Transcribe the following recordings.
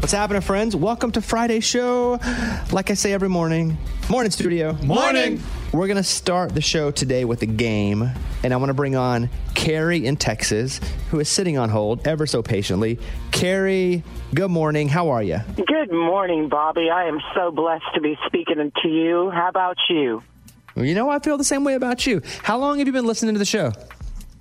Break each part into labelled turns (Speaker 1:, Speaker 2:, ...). Speaker 1: What's happening, friends? Welcome to Friday show. Like I say every morning, morning studio.
Speaker 2: Morning.
Speaker 1: We're gonna start the show today with a game, and I want to bring on Carrie in Texas, who is sitting on hold ever so patiently. Carrie, good morning. How are you?
Speaker 3: Good morning, Bobby. I am so blessed to be speaking to you. How about you?
Speaker 1: You know, I feel the same way about you. How long have you been listening to the show?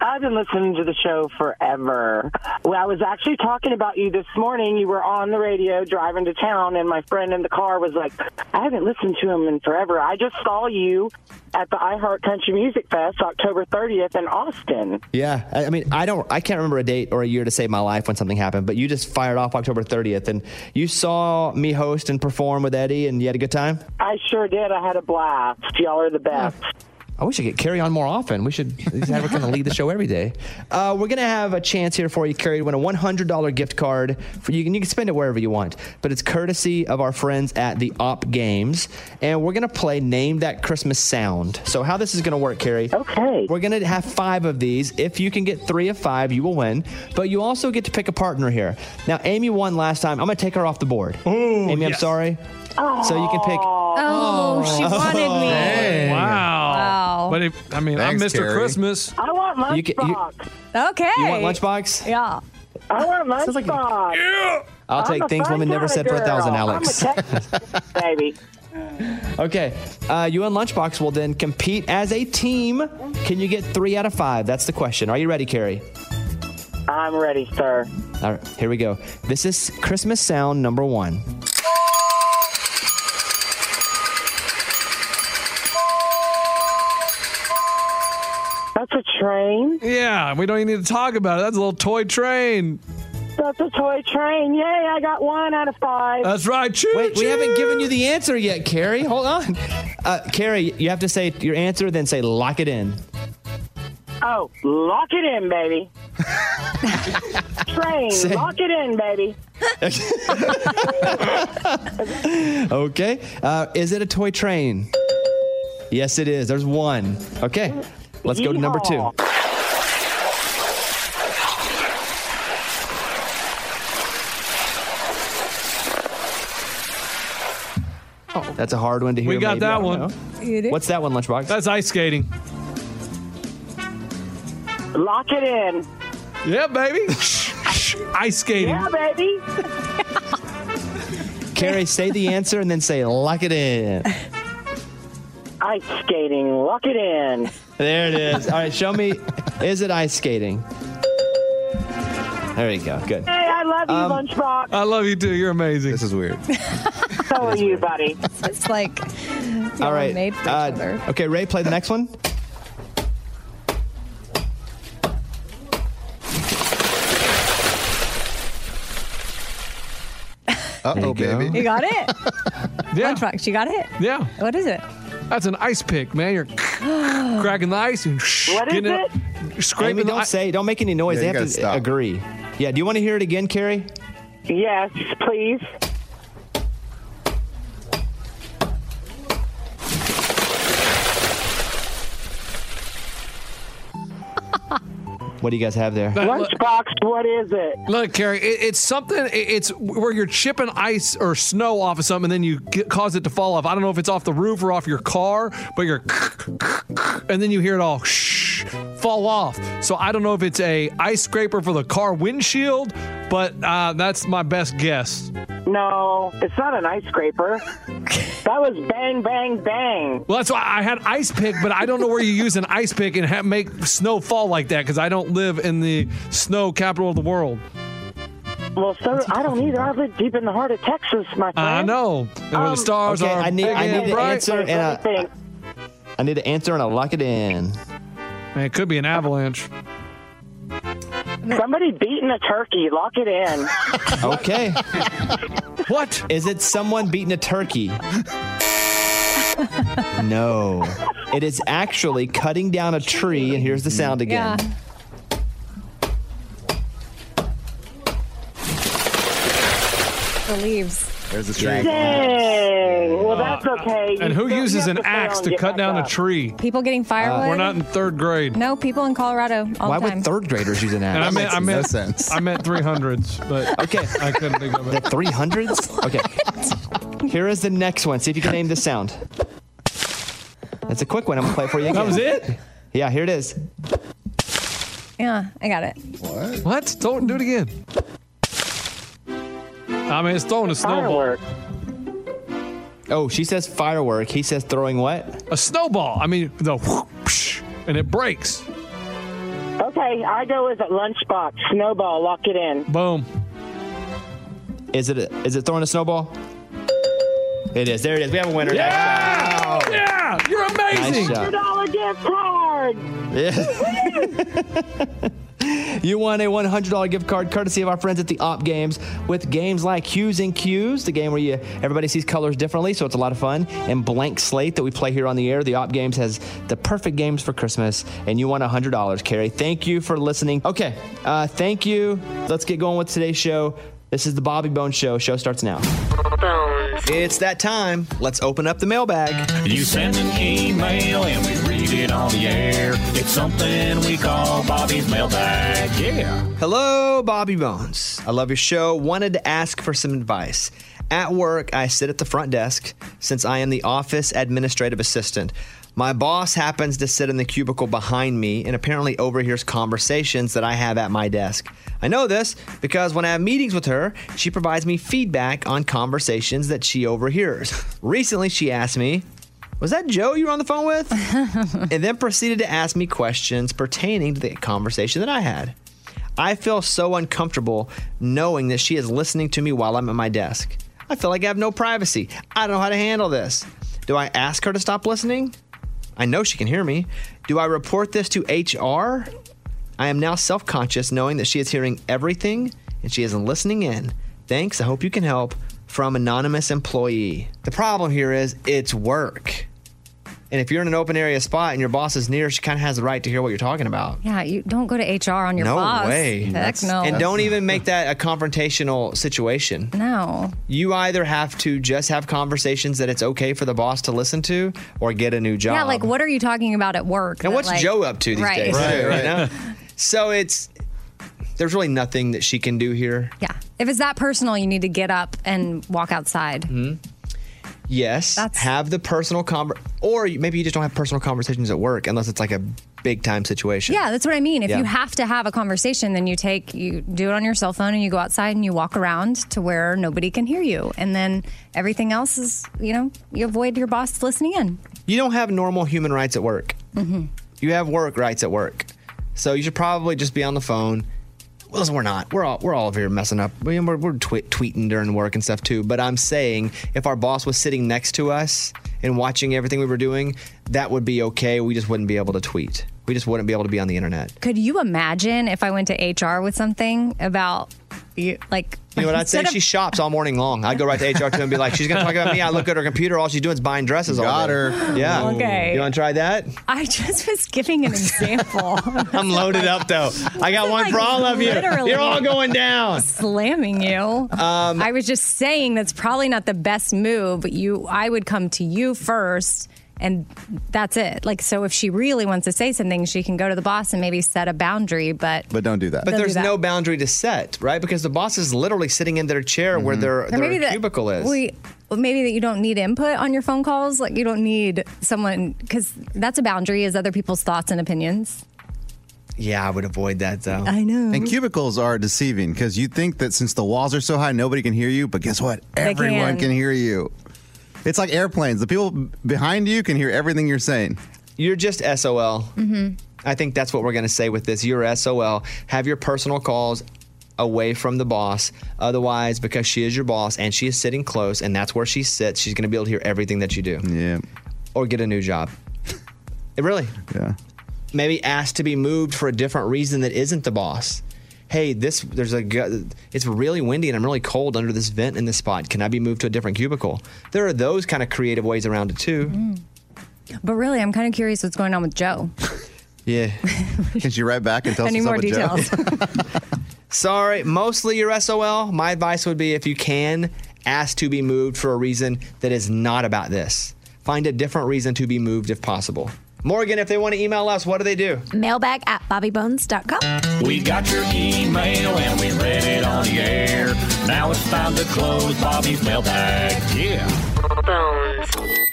Speaker 3: I've been listening to the show forever. Well, I was actually talking about you this morning. You were on the radio driving to town, and my friend in the car was like, I haven't listened to him in forever. I just saw you at the iHeart Country Music Fest October 30th in Austin.
Speaker 1: Yeah, I, I mean, I don't, I can't remember a date or a year to save my life when something happened, but you just fired off October 30th, and you saw me host and perform with Eddie, and you had a good time.
Speaker 3: I sure did. I had a blast. Y'all are the best.
Speaker 1: I wish I could carry on more often. We should have her kind of lead the show every day. Uh, we're going to have a chance here for you, Carrie, to win a $100 gift card. For you, can, you can spend it wherever you want, but it's courtesy of our friends at the Op Games. And we're going to play Name That Christmas Sound. So, how this is going to work, Carrie.
Speaker 3: Okay.
Speaker 1: We're going to have five of these. If you can get three of five, you will win. But you also get to pick a partner here. Now, Amy won last time. I'm going to take her off the board. Amy, I'm
Speaker 2: yes.
Speaker 1: sorry. So, you can pick.
Speaker 4: Oh, she wanted me.
Speaker 2: Wow.
Speaker 4: Wow.
Speaker 2: But if, I mean,
Speaker 5: Thanks,
Speaker 2: I'm Mr.
Speaker 5: Carrie.
Speaker 2: Christmas.
Speaker 3: I want
Speaker 1: You ca-
Speaker 3: Lunchbox.
Speaker 1: you-
Speaker 4: Okay.
Speaker 1: You want Lunchbox?
Speaker 4: Yeah.
Speaker 3: I want
Speaker 1: Sounds like-
Speaker 3: Lunchbox.
Speaker 1: I'll
Speaker 3: I'm
Speaker 1: take
Speaker 3: a
Speaker 1: things women never said for a
Speaker 3: Montana
Speaker 1: thousand,
Speaker 3: girl.
Speaker 1: Alex.
Speaker 3: I'm a Texas baby.
Speaker 1: Okay, uh, you and Lunchbox will then compete as a team. Can you get three out of five? That's the question. Are you ready, Carrie?
Speaker 3: I'm ready, sir.
Speaker 1: All right, here we go. This is Christmas sound number one.
Speaker 3: That's a train.
Speaker 2: Yeah, we don't even need to talk about it. That's a little toy train.
Speaker 3: That's a toy train. Yay, I got one out of five.
Speaker 2: That's right. Choo
Speaker 1: Wait, we haven't given you the answer yet, Carrie. Hold on. Uh, Carrie, you have to say your answer, then say lock it in.
Speaker 3: oh, lock it in, baby. train, lock it in, baby.
Speaker 1: Okay. Uh, is it a toy train? Yes, it is. There's one. Okay, let's go to number two.
Speaker 3: Yeehaw.
Speaker 1: Oh. That's a hard one to hear.
Speaker 2: We got
Speaker 1: maybe. I
Speaker 2: that
Speaker 1: don't
Speaker 2: one.
Speaker 1: know.
Speaker 4: It is.
Speaker 1: What's that one, Lunchbox?
Speaker 2: That's ice skating.
Speaker 3: Lock it in.
Speaker 2: Yeah, baby. ice skating.
Speaker 3: Yeah, baby.
Speaker 1: Carrie, say the answer and then say lock it in.
Speaker 3: Ice skating, lock it in.
Speaker 1: There it is. All right, show me. Is it ice skating? There you go. Good.
Speaker 3: Hey, I love you,
Speaker 1: Um,
Speaker 3: Lunchbox.
Speaker 2: I love you too. You're amazing.
Speaker 5: This is weird.
Speaker 3: so are you, buddy.
Speaker 4: It's like
Speaker 1: All right.
Speaker 4: made for each
Speaker 1: uh,
Speaker 4: other.
Speaker 1: Okay, Ray, play the next one.
Speaker 5: Uh oh,
Speaker 1: There you
Speaker 5: baby.
Speaker 4: You got it?
Speaker 2: yeah.
Speaker 4: Lunchbox, you got it?
Speaker 2: Yeah.
Speaker 4: What is it?
Speaker 2: That's an ice pick, man. You're cracking the ice and
Speaker 3: What is
Speaker 2: getting
Speaker 3: it?
Speaker 2: Scraping
Speaker 1: Amy,
Speaker 2: the
Speaker 1: don't
Speaker 2: ice.
Speaker 1: say, don't make any noise.
Speaker 5: Yeah,
Speaker 1: they
Speaker 5: you
Speaker 1: have to
Speaker 5: gotta stop.
Speaker 1: agree. Yeah. Do you want to hear it again, Carrie?
Speaker 3: Yes, please.
Speaker 1: What do you guys have there?
Speaker 2: Look,
Speaker 3: Lunchbox, what is it?
Speaker 2: look, Carrie, it, it's something. It, it's where you're chipping ice or snow off of something, and then you get, cause it to fall off. I don't know if it's off the roof or off your car, but you're, and then you hear it all fall off. So I don't know if it's a ice scraper for the car windshield, but uh, that's my best guess.
Speaker 3: No, it's not an ice scraper. that was bang, bang, bang.
Speaker 2: Well, that's why I had ice pick, but I don't know where you use an ice pick and ha- make snow fall like that because I don't live in the snow capital of the world.
Speaker 3: Well, so I don't either. I live deep in the heart of Texas, my friend.
Speaker 2: I know. And where the
Speaker 3: Um,
Speaker 2: stars
Speaker 1: okay,
Speaker 2: are.
Speaker 1: I need-
Speaker 2: big
Speaker 1: I
Speaker 2: and
Speaker 1: need the
Speaker 2: bright.
Speaker 1: answer.
Speaker 3: Wait,
Speaker 1: and,
Speaker 3: let me
Speaker 1: uh,
Speaker 3: think.
Speaker 1: I need an answer and I'll lock it in.
Speaker 2: Man, it could be an avalanche.
Speaker 3: Somebody beating a turkey. Lock it in.
Speaker 1: Okay.
Speaker 2: What?
Speaker 1: Is it someone beating a turkey? No. It is actually cutting down a tree, and here's the sound
Speaker 4: Yeah.
Speaker 1: again.
Speaker 4: The leaves.
Speaker 5: There's the train.
Speaker 3: Dang. Well, Well, that's
Speaker 1: Ah.
Speaker 3: okay.
Speaker 2: And
Speaker 3: You
Speaker 2: who
Speaker 3: still- you
Speaker 2: uses
Speaker 3: have
Speaker 2: an
Speaker 3: to stay
Speaker 2: axe
Speaker 3: on,
Speaker 2: to
Speaker 3: get
Speaker 2: cut
Speaker 3: back
Speaker 2: down
Speaker 3: up.
Speaker 2: a tree?
Speaker 4: People getting firewood.
Speaker 2: We're not in third grade.
Speaker 4: no, people in Colorado all
Speaker 1: Why
Speaker 4: the time.
Speaker 1: would third graders use an
Speaker 2: And I
Speaker 1: axe?
Speaker 2: meant, I
Speaker 5: no
Speaker 2: meant,
Speaker 5: sense.
Speaker 2: I meant 300s, but
Speaker 1: Okay.
Speaker 2: I couldn't think of
Speaker 1: The
Speaker 2: it.
Speaker 1: 300s? Okay. Here is the next one. See if you can name this sound. That's a quick one. I'm going to play it for you again.
Speaker 2: That was it?
Speaker 1: Yeah, here it is.
Speaker 4: yeah, I got it.
Speaker 5: What?
Speaker 2: What? Don't do it again. I mean, it's throwing a snowball.
Speaker 3: Firework.
Speaker 1: Oh, she says firework. He says throwing what?
Speaker 2: A snowball. I mean, the whoosh, and it breaks.
Speaker 3: Okay, I go with a lunchbox, snowball, lock it in.
Speaker 2: Boom.
Speaker 1: Is it? A, is it throwing a snowball? It is. There it is. We have a winner.
Speaker 2: Yeah!
Speaker 3: Uh,
Speaker 2: Yeah! You're
Speaker 1: Nice
Speaker 2: amazing!
Speaker 1: shot.
Speaker 3: Dollar gift card.
Speaker 1: You won a $100 gift card courtesy of our friends at the Op Games with games like Hues and Cues, the game where you everybody sees colors differently, so it's a lot of fun, and Blank Slate that we play here on the air. The Op Games has the perfect games for Christmas, and you won $100, Carrie. Thank you for listening. Okay, uh, thank you. Let's get going with today's show. This is the Bobby Bone Show. Show starts now. It's that time. Let's open up the mailbag.
Speaker 6: You send an email and we read it on the air. It's something we call Bobby's mailbag. Yeah.
Speaker 1: Hello, Bobby Bones. I love your show. Wanted to ask for some advice. At work, I sit at the front desk since I am the office administrative assistant. My boss happens to sit in the cubicle behind me and apparently overhears conversations that I have at my desk. I know this because when I have meetings with her, she provides me feedback on conversations that she overhears. Recently, she asked me, Was that Joe you were on the phone with? and then proceeded to ask me questions pertaining to the conversation that I had. I feel so uncomfortable knowing that she is listening to me while I'm at my desk. I feel like I have no privacy. I don't know how to handle this. Do I ask her to stop listening? I know she can hear me. Do I report this to HR? I am now self conscious knowing that she is hearing everything and she isn't listening in. Thanks. I hope you can help. From anonymous employee. The problem here is it's work. And if you're in an open area spot and your boss is near, she kind of has the right to hear what you're talking about.
Speaker 4: Yeah, you don't go to HR on your
Speaker 1: No
Speaker 4: boss.
Speaker 1: way.
Speaker 4: Heck
Speaker 1: That's-
Speaker 4: no.
Speaker 1: And don't even make that a confrontational situation.
Speaker 4: no.
Speaker 1: You either have to just have conversations that it's okay for the boss to listen to or get a new job.
Speaker 4: Yeah, like what are you talking about at work?
Speaker 1: And
Speaker 4: that,
Speaker 1: what's
Speaker 4: like-
Speaker 1: Joe up to these
Speaker 4: right.
Speaker 1: days?
Speaker 4: Right,
Speaker 1: too, you know? so it's there's really nothing that she can do here.
Speaker 4: Yeah. If it's that personal, you need to get up and walk outside.
Speaker 2: Mm-hmm.
Speaker 1: Yes.
Speaker 4: That's-
Speaker 1: have the personal conver or you- maybe you just don't have personal conversations at work unless it's like a big time situation.
Speaker 4: Yeah, that's what I mean. If
Speaker 1: Yeah.
Speaker 4: you have to have a conversation, then you take you do it on your cell phone and you go outside and you walk around to where nobody can hear you. And then everything else is, you know, you avoid your boss listening in.
Speaker 1: you don't have normal human rights at work. You have work rights at work. So you should probably just be on the phone. Well, listen, we're not. We're all we're all over here messing up. We- We're, we're tweet, tweeting during work and stuff too. But I'm saying, if our boss was sitting next to us and watching everything we were doing, that would be okay. We just wouldn't be able to tweet. We just wouldn't be able to be on the internet.
Speaker 4: Could you imagine if I went to HR with something about you like
Speaker 1: You know what I'd say?
Speaker 4: instead of-
Speaker 1: she shops all morning long. I'd go right to HR too and be like, she's gonna talk about me. I look at her computer. All she's doing is buying dresses. all
Speaker 5: Got
Speaker 1: day.
Speaker 5: her.
Speaker 1: Yeah.
Speaker 4: Okay.
Speaker 1: You want to try that?
Speaker 4: I just was giving an example.
Speaker 1: I'm loaded up though. I got one for all of you.
Speaker 4: Literally.
Speaker 1: You're all going down.
Speaker 4: slamming you.
Speaker 1: Um,
Speaker 4: I was just saying that's probably not the best move. But you, I would come to you first, and that's it. Like, so if she really wants to say something, she can go to the boss and maybe set a boundary. But,
Speaker 5: But don't do that.
Speaker 1: But
Speaker 4: do
Speaker 1: there's
Speaker 4: that.
Speaker 1: no boundary to set, right? Because the boss is literally sitting in their chair
Speaker 5: Mm-hmm.
Speaker 1: where their,
Speaker 4: or
Speaker 1: their
Speaker 4: maybe that
Speaker 1: cubicle is.
Speaker 4: We, well, maybe that you don't need input on your phone calls. Like, you don't need someone because that's a boundary is other people's thoughts and opinions.
Speaker 1: yeah, I would avoid that though.
Speaker 4: I know.
Speaker 5: and cubicles are deceiving because you think that since the walls are so high, nobody can hear you. But guess what? Everyone
Speaker 4: can.
Speaker 5: can. hear you. It's like airplanes. The people behind you can hear everything you're saying.
Speaker 1: You're just SOL. I think that's what we're going to say with this. You're SOL. Have your personal calls away from the boss. Otherwise, because she is your boss and she is sitting close and that's where she sits, she's going to be able to hear everything that you do
Speaker 5: Yeah.
Speaker 1: or get a new job. It really.
Speaker 5: Yeah.
Speaker 1: maybe asked to be moved for a different reason that isn't the boss. Hey, this there's a gu- it's really windy and I'm really cold under this vent in this spot. Can I be moved to a different cubicle? There are those kind of creative ways around it too.
Speaker 4: Mm. But really, I'm kind of curious what's going on with Joe.
Speaker 1: Yeah.
Speaker 5: Can she write back and tell us
Speaker 4: Any
Speaker 5: what's
Speaker 4: more
Speaker 5: up with Joe?
Speaker 4: details?
Speaker 1: Sorry, mostly your SOL. My advice would be if you can asked to be moved for a reason that is not about this. Find a different reason to be moved if possible. Morgan, if they want to email us, what do they do?
Speaker 7: Mailbag at bobbybones.com.
Speaker 6: We got your email and we read it on the air. Now it's time to close Bobby's mailbag. Yeah.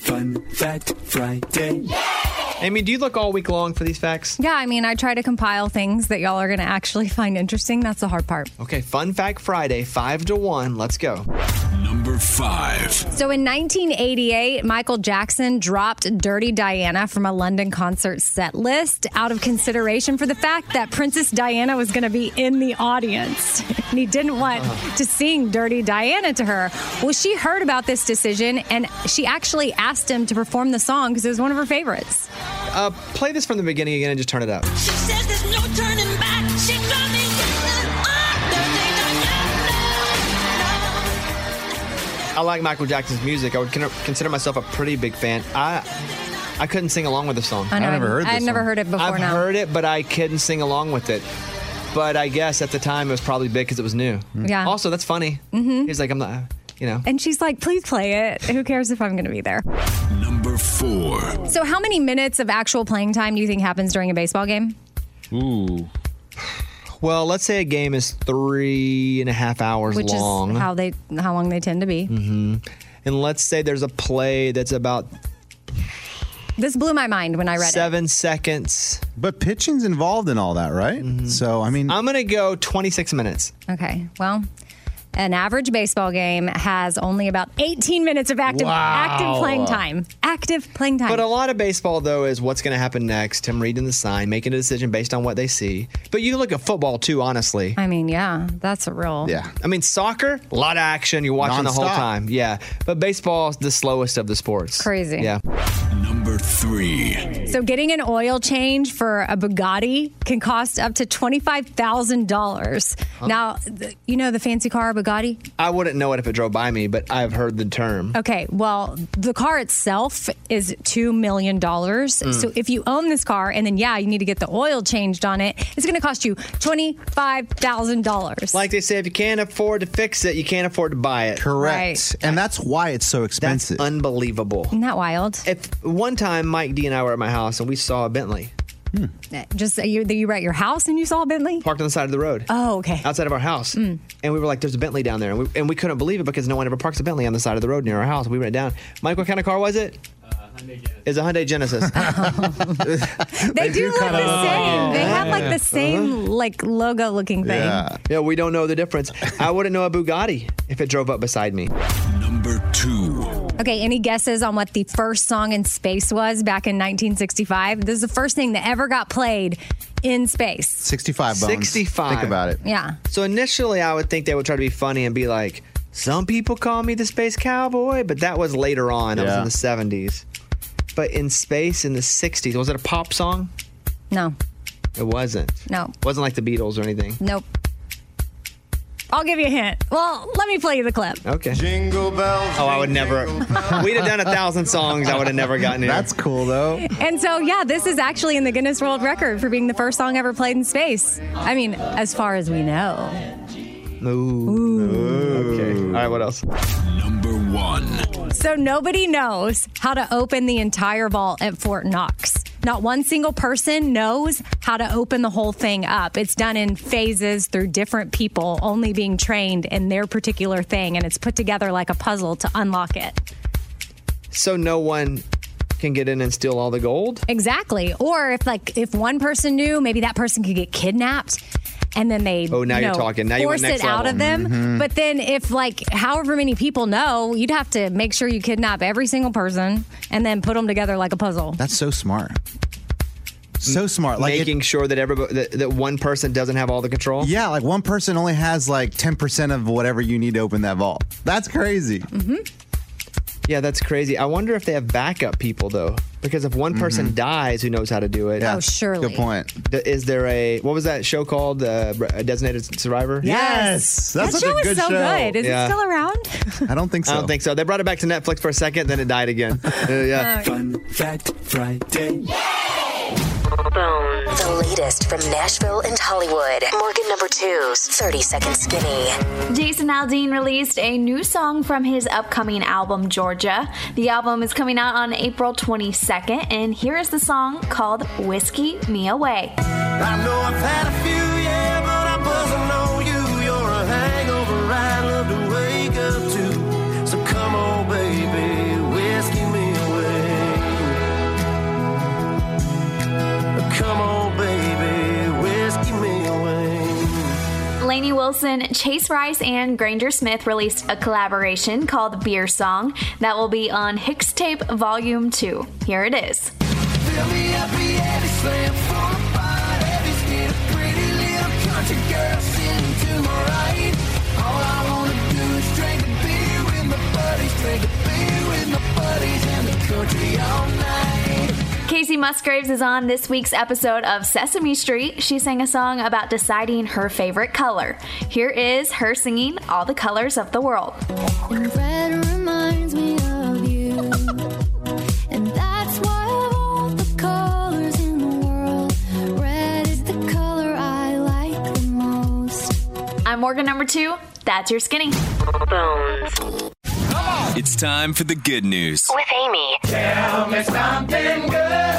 Speaker 8: Fun Fact Friday.
Speaker 1: Amy, do you look all week long for these facts?
Speaker 4: Yeah, I mean, I try to compile things that y'all are going to actually find interesting. That's the hard part.
Speaker 1: Okay, Fun Fact Friday, 5 to 1. Let's go.
Speaker 8: Number five.
Speaker 4: So in 1988, Michael Jackson dropped Dirty Diana from a London concert set list out of consideration for the fact that Princess Diana was going to be in the audience. And he didn't want to sing Dirty Diana to her. Well, she heard about this decision and she actually asked him to perform the song because it was one of her favorites.
Speaker 1: Uh, play this from the beginning again and just turn it up.
Speaker 9: She says there's no turning back. She got me yelling, "Oh, dirty Diana."
Speaker 1: I like Michael Jackson's music. I would con- consider myself a pretty big fan. I I couldn't sing along with the song.
Speaker 4: I know, I've never heard I've this never song. heard it before
Speaker 1: I've
Speaker 4: now.
Speaker 1: heard it, but I couldn't sing along with it. But I guess at the time it was probably big because it was new.
Speaker 4: Yeah.
Speaker 1: Also, that's funny. Mm-hmm. He's like, I'm not, you know.
Speaker 4: And she's like, please play it. Who cares if I'm going to be there?
Speaker 8: Number four.
Speaker 4: So, how many minutes of actual playing time do you think happens during a baseball game?
Speaker 2: Ooh.
Speaker 1: Well, let's say a game is three and a half hours
Speaker 4: Which
Speaker 1: long.
Speaker 4: is how they how long they tend to be.
Speaker 1: Mm-hmm. and let's say there's a play that's about
Speaker 4: This blew my mind when I read it.
Speaker 1: seven seconds. Mm-hmm.
Speaker 5: But pitching's involved in all that, right? So I mean,
Speaker 1: I'm going to go 26 minutes.
Speaker 4: Okay. Well, an average baseball game has only about 18 minutes of active active playing time. Active playing time.
Speaker 1: But a lot of baseball, though, is what's going to happen next. Him reading the sign, making a decision based on what they see. But you look at football, too, honestly.
Speaker 4: I mean, yeah, that's a real.
Speaker 5: Oh. yeah.
Speaker 1: I mean, soccer, a lot of action. You're watching the whole
Speaker 5: Nonstop.
Speaker 1: time. Yeah. But baseball's the slowest of the sports.
Speaker 4: Crazy.
Speaker 1: Yeah.
Speaker 8: Number three.
Speaker 4: So getting an oil change for a Bugatti can cost up to $25,000. Now, th- you know the fancy car Bugatti?
Speaker 1: I wouldn't know it if it drove by me, but I've heard the term.
Speaker 4: Okay, well, the car itself is $2 million. So if you own this car and then, yeah, you need to get the oil changed on it, it's going to cost you $25,000.
Speaker 1: Like they say, if you can't afford to fix it, you can't afford to buy it.
Speaker 5: correct,
Speaker 4: Right.
Speaker 5: and that's why it's so
Speaker 1: That's
Speaker 5: expensive.
Speaker 1: unbelievable.
Speaker 4: Isn't that wild?
Speaker 1: If one time Mike D and I were at my house and we saw a Bentley
Speaker 4: Just uh, you, you were at your house and you saw a Bentley?
Speaker 1: parked on the side of the road.
Speaker 4: Oh, okay. Mm.
Speaker 1: outside of our house. And we were like, there's a Bentley down there. And we, and we couldn't believe it because no one ever parks a Bentley on the side of the road near our house. We went down. Mike, what kind of car was it? It's a Hyundai Genesis.
Speaker 4: They, do look Uh-huh. the same. They have like the same like logo looking thing.
Speaker 5: yeah.
Speaker 1: yeah, we don't know the difference. I wouldn't know a Bugatti if it drove up beside me.
Speaker 8: Number two.
Speaker 4: Okay, any guesses on what the first song in space was back in 1965? This is the first thing that ever got played in space.
Speaker 5: 65 bones.
Speaker 1: 65.
Speaker 5: Think about it.
Speaker 4: Yeah.
Speaker 1: So initially, I would think they would try to be funny and be like, some people call me the space cowboy, but that was later on. That
Speaker 5: Yeah.
Speaker 1: was in the 70s. But in space in the 60s, was it a pop song?
Speaker 4: No.
Speaker 1: It wasn't.
Speaker 4: No.
Speaker 1: wasn't like the Beatles or anything.
Speaker 4: Nope. I'll give you a hint. Well, let me play you the clip.
Speaker 1: Okay.
Speaker 5: Jingle bells.
Speaker 1: Oh, I would never. We'd have done a thousand songs. I would have never gotten it.
Speaker 5: That's cool though.
Speaker 4: And so, yeah, this is actually in the Guinness World Record for being the first song ever played in space. I mean, as far as we know.
Speaker 1: Ooh. Okay. All right. What else?
Speaker 8: Number one.
Speaker 4: So nobody knows how to open the entire vault at Fort Knox. Not one single person knows how to open the whole thing up. It's done in phases through different people, only being trained in their particular thing, and it's put together like a puzzle to unlock it.
Speaker 1: So no one can get in and steal all the gold.
Speaker 4: Exactly. Or if like if one person knew, maybe that person could get kidnapped. And then they
Speaker 1: Oh, now
Speaker 4: you
Speaker 1: you're
Speaker 4: know,
Speaker 1: talking. Now you
Speaker 4: force
Speaker 1: went next
Speaker 4: it out
Speaker 1: level. Mm-hmm.
Speaker 4: of them. But then if like however many people know, you'd have to make sure you kidnap every single person and then put them together like a puzzle.
Speaker 5: That's so smart. So smart. Like it-
Speaker 1: Making sure that everybody that, that one person doesn't have all the control.
Speaker 5: yeah, like one person only has like 10% of whatever you need to open that vault. That's crazy.
Speaker 4: Mm-hmm.
Speaker 1: Yeah, that's crazy. I wonder if they have backup people though, because if one person dies who knows how to do it,
Speaker 5: Mm-hmm. Yeah.
Speaker 4: Oh, surely.
Speaker 5: Good point.
Speaker 1: th- is there a what was that show called? Uh, a designated survivor.
Speaker 5: Yes. That's
Speaker 4: that
Speaker 5: such a
Speaker 4: show is
Speaker 5: good
Speaker 4: so
Speaker 5: show.
Speaker 4: good. Is
Speaker 1: Yeah.
Speaker 4: it still around?
Speaker 5: I don't think so.
Speaker 1: I don't think so. They brought it back to Netflix for a second, then it died again. Uh, yeah.
Speaker 8: Fun Fact Friday.
Speaker 10: Bones. The latest from Nashville and Hollywood. Morgan number two's 30 Second Skinny.
Speaker 11: Jason Aldean released a new song from his upcoming album, Georgia. The album is coming out on April 22nd, and here is the song called Whiskey Me Away.
Speaker 9: I know I've had a few, yeah, but I wasn't on you. You're a hangover I love to wake up to. So come on, baby, whiskey me away. Come on, baby, whiskey me away.
Speaker 11: Lainey Wilson, Chase Rice, and Granger Smith released a collaboration called Beer Song that will be on Hicks Tape Volume 2. Here it is.
Speaker 9: Fill me up, Yeti Slam for a bite. Every skin a pretty little country girl sitting to my right. All I wanna do is drink a beer with my buddies, drink a beer with my buddies in the country all night.
Speaker 11: Casey Musgraves is on this week's episode of Sesame Street. She sang a song about deciding her favorite color. Here is her singing All the Colors of the World.
Speaker 12: And red reminds me of you. And that's why of all the colors in the world, red is the color I like the most.
Speaker 11: I'm Morgan number two. That's your skinny.
Speaker 13: It's time for the good news.
Speaker 10: With Amy.
Speaker 9: Tell me something good.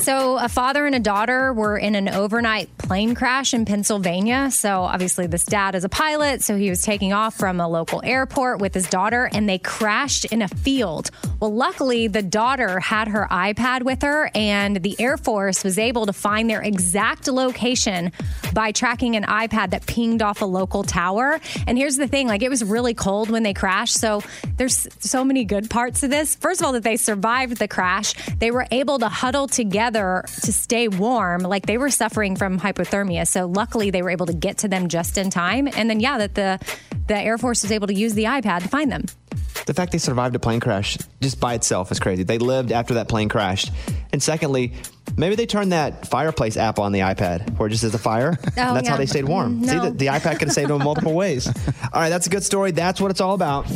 Speaker 4: So, a father and a daughter were in an overnight plane crash in Pennsylvania. So, obviously, this dad is a pilot. So, he was taking off from a local airport with his daughter and they crashed in a field. Well, luckily, the daughter had her iPad with her and the Air Force was able to find their exact location by tracking an iPad that pinged off a local tower. And here's the thing like, it was really cold when they crashed. So, there's so many good parts to this. First of all, that they survived the crash, they were able to huddle together to stay warm. Like they were suffering from hypothermia. So luckily they were able to get to them just in time. And then yeah, that the the Air Force was able to use the iPad to find them.
Speaker 1: The fact they survived a plane crash just by itself is crazy. They lived after that plane crashed. And secondly, maybe they turned that fireplace app on the iPad where it just says a fire. and that's
Speaker 4: yeah.
Speaker 1: how they stayed warm.
Speaker 4: Mm,
Speaker 1: See,
Speaker 4: no.
Speaker 1: the, the iPad could have saved them multiple ways. All right, that's a good story. That's what it's all about.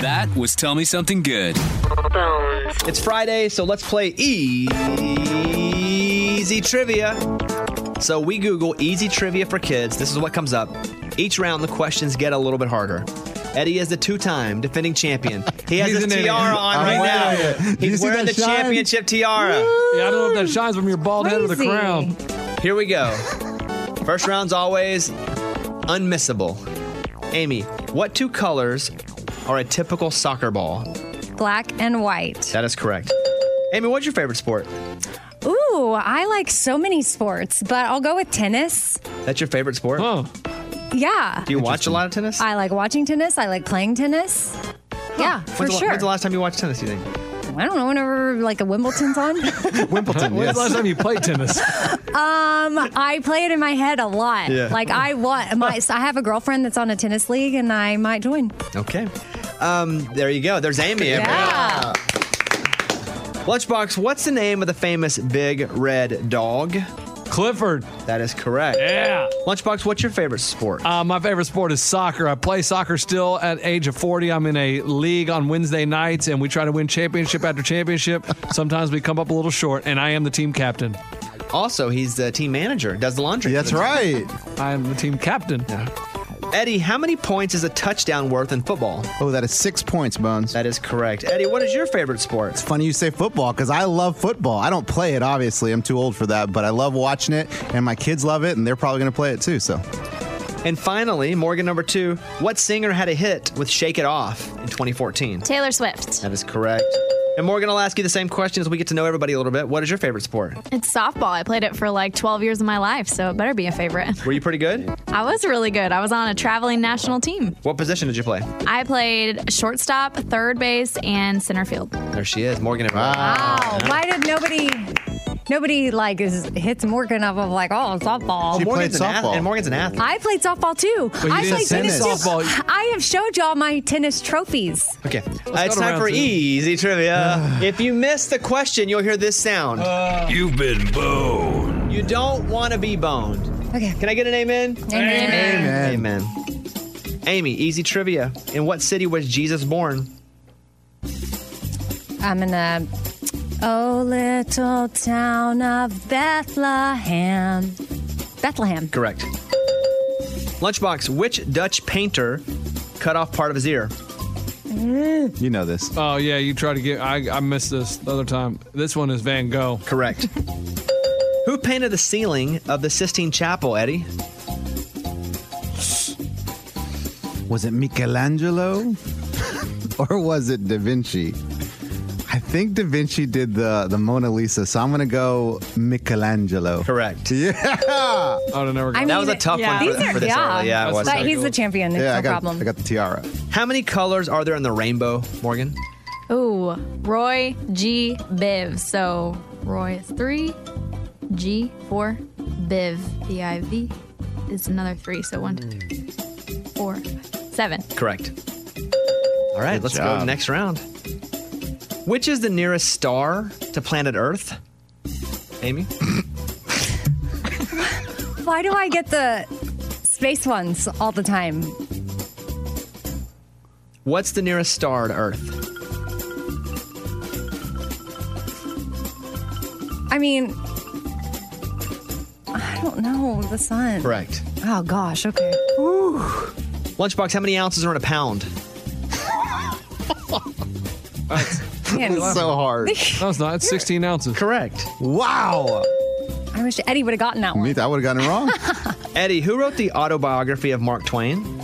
Speaker 13: That was Tell Me Something Good.
Speaker 1: It's Friday, so let's play easy trivia. So we Google easy trivia for kids. This is what comes up. Each round, the questions get a little bit harder. Eddie is the two-time defending champion. He has
Speaker 2: He's
Speaker 1: his
Speaker 2: an idiot.
Speaker 1: tiara on
Speaker 2: I'm
Speaker 1: right
Speaker 2: wearing
Speaker 1: now.
Speaker 2: it. You
Speaker 1: He's
Speaker 2: see
Speaker 1: wearing the
Speaker 2: that shine?
Speaker 1: championship tiara.
Speaker 2: Yeah, I don't know if that shines from your bald head or the
Speaker 1: Crazy.
Speaker 2: crown.
Speaker 1: Here we go. First round's always unmissable. Amy, what two colors are a typical soccer ball?
Speaker 4: Black and white.
Speaker 1: That is correct. Amy, what's your favorite sport?
Speaker 4: Ooh, I like so many sports, but I'll go with tennis.
Speaker 1: That's your favorite sport? Oh.
Speaker 4: Yeah.
Speaker 1: Do you watch a lot of tennis?
Speaker 4: I like watching tennis. I like playing tennis. Yeah, for
Speaker 1: when's the,
Speaker 4: sure.
Speaker 1: When's the last time you watched tennis, you think?
Speaker 4: I don't know. Whenever like a Wimbledon's on,
Speaker 1: Wimbledon,
Speaker 2: When's the last time you played tennis?
Speaker 4: um, I play it in my head a lot.
Speaker 1: Yeah.
Speaker 4: Like I want my. I have a girlfriend that's on a tennis league, and I might join.
Speaker 1: Oh, Okay. Um, there you go. There's Amy.
Speaker 4: Yeah.
Speaker 1: Lunchbox, what's the name of the famous big red dog?
Speaker 2: Clifford.
Speaker 1: That is correct.
Speaker 2: Yeah.
Speaker 1: Lunchbox, what's your favorite sport?
Speaker 2: Uh, my favorite sport is soccer. I play soccer still at age of 40. I'm in a league on Wednesday nights, and we try to win championship after championship. Sometimes we come up a little short, and I am the team captain.
Speaker 1: Also, he's the team manager, does the laundry. That's
Speaker 2: right. I am the team captain.
Speaker 1: Eddie, how many points is a touchdown worth in football?
Speaker 5: Oh, that is six points, Bones.
Speaker 1: That is correct. Eddie, what is your favorite sport? It's
Speaker 5: funny you say football because I love football. I don't play it, obviously. I'm too old for that, but I love watching it, and my kids love it, and they're probably going to play it too. So,
Speaker 1: And finally, Morgan number two, what singer had a hit with Shake It Off in 2014?
Speaker 11: Taylor Swift.
Speaker 1: That is correct. And Morgan, I'll ask you the same question as we get to know everybody a little bit. What is your favorite sport?
Speaker 14: It's softball. I played it for like 12 years of my life, so it better be a favorite.
Speaker 1: Were you pretty good?
Speaker 14: I was really good. I was on a traveling national team.
Speaker 1: What position did you play?
Speaker 14: I played shortstop, third base, and center field.
Speaker 1: There she is, Morgan. and-
Speaker 4: Wow. Why did nobody? Nobody like is, hits Morgan up of like, oh, softball.
Speaker 1: She Morgan's played an ath- softball. and Morgan's an athlete.
Speaker 4: I played softball too.
Speaker 1: But you
Speaker 4: I
Speaker 1: didn't
Speaker 4: played
Speaker 1: say
Speaker 4: tennis too.
Speaker 1: softball.
Speaker 4: I have showed y'all my tennis trophies.
Speaker 1: Okay. Uh,
Speaker 4: go
Speaker 1: it's
Speaker 4: to
Speaker 1: time
Speaker 4: round
Speaker 1: for
Speaker 4: two.
Speaker 1: easy trivia. if you miss the question, you'll hear this sound.
Speaker 8: Uh. You've been boned.
Speaker 1: you don't want to be boned.
Speaker 4: Okay.
Speaker 1: Can I get an amen?
Speaker 4: Amen.
Speaker 1: Amen. Amy, easy trivia. In what city was Jesus born?
Speaker 4: I'm in a Oh, little town of Bethlehem. Bethlehem.
Speaker 1: Correct. Lunchbox, which Dutch painter cut off part of his ear?
Speaker 4: Mm.
Speaker 5: You know this.
Speaker 2: Oh yeah, you tried to get. I, I missed this the other time. This one is Van Gogh.
Speaker 1: Correct. Who painted the ceiling of the Sistine Chapel, Eddie?
Speaker 5: Was it Michelangelo or was it Da Vinci? I think Da Vinci did the, the Mona Lisa, so I'm going to go Michelangelo.
Speaker 1: Correct.
Speaker 5: Yeah. I
Speaker 2: would have never
Speaker 4: I mean, These are, yeah. but he's the champion. It's no problem.
Speaker 5: got the tiara.
Speaker 1: How many colors are there in the rainbow, Morgan?
Speaker 14: Ooh, Roy G. Biv. So Roy is three, G four, Biv B I V is another three. So one, two, three, four, five, seven.
Speaker 1: Correct. All right,
Speaker 14: Good
Speaker 1: let's go to
Speaker 14: job.
Speaker 1: the next round. Which is the nearest star to planet Earth? Amy?
Speaker 4: Why do I get the space ones all the time?
Speaker 1: What's the nearest star to Earth?
Speaker 4: I mean, I don't know. The sun.
Speaker 1: Correct.
Speaker 4: Oh, gosh. Okay.
Speaker 1: Lunchbox, how many ounces are in a pound?
Speaker 4: Man.
Speaker 2: No, it's not. It's 16 ounces.
Speaker 1: Correct.
Speaker 5: Wow.
Speaker 4: I wish Eddie would have gotten that one.
Speaker 5: Me, I would have gotten it wrong.
Speaker 1: Eddie, who wrote the autobiography of Mark Twain?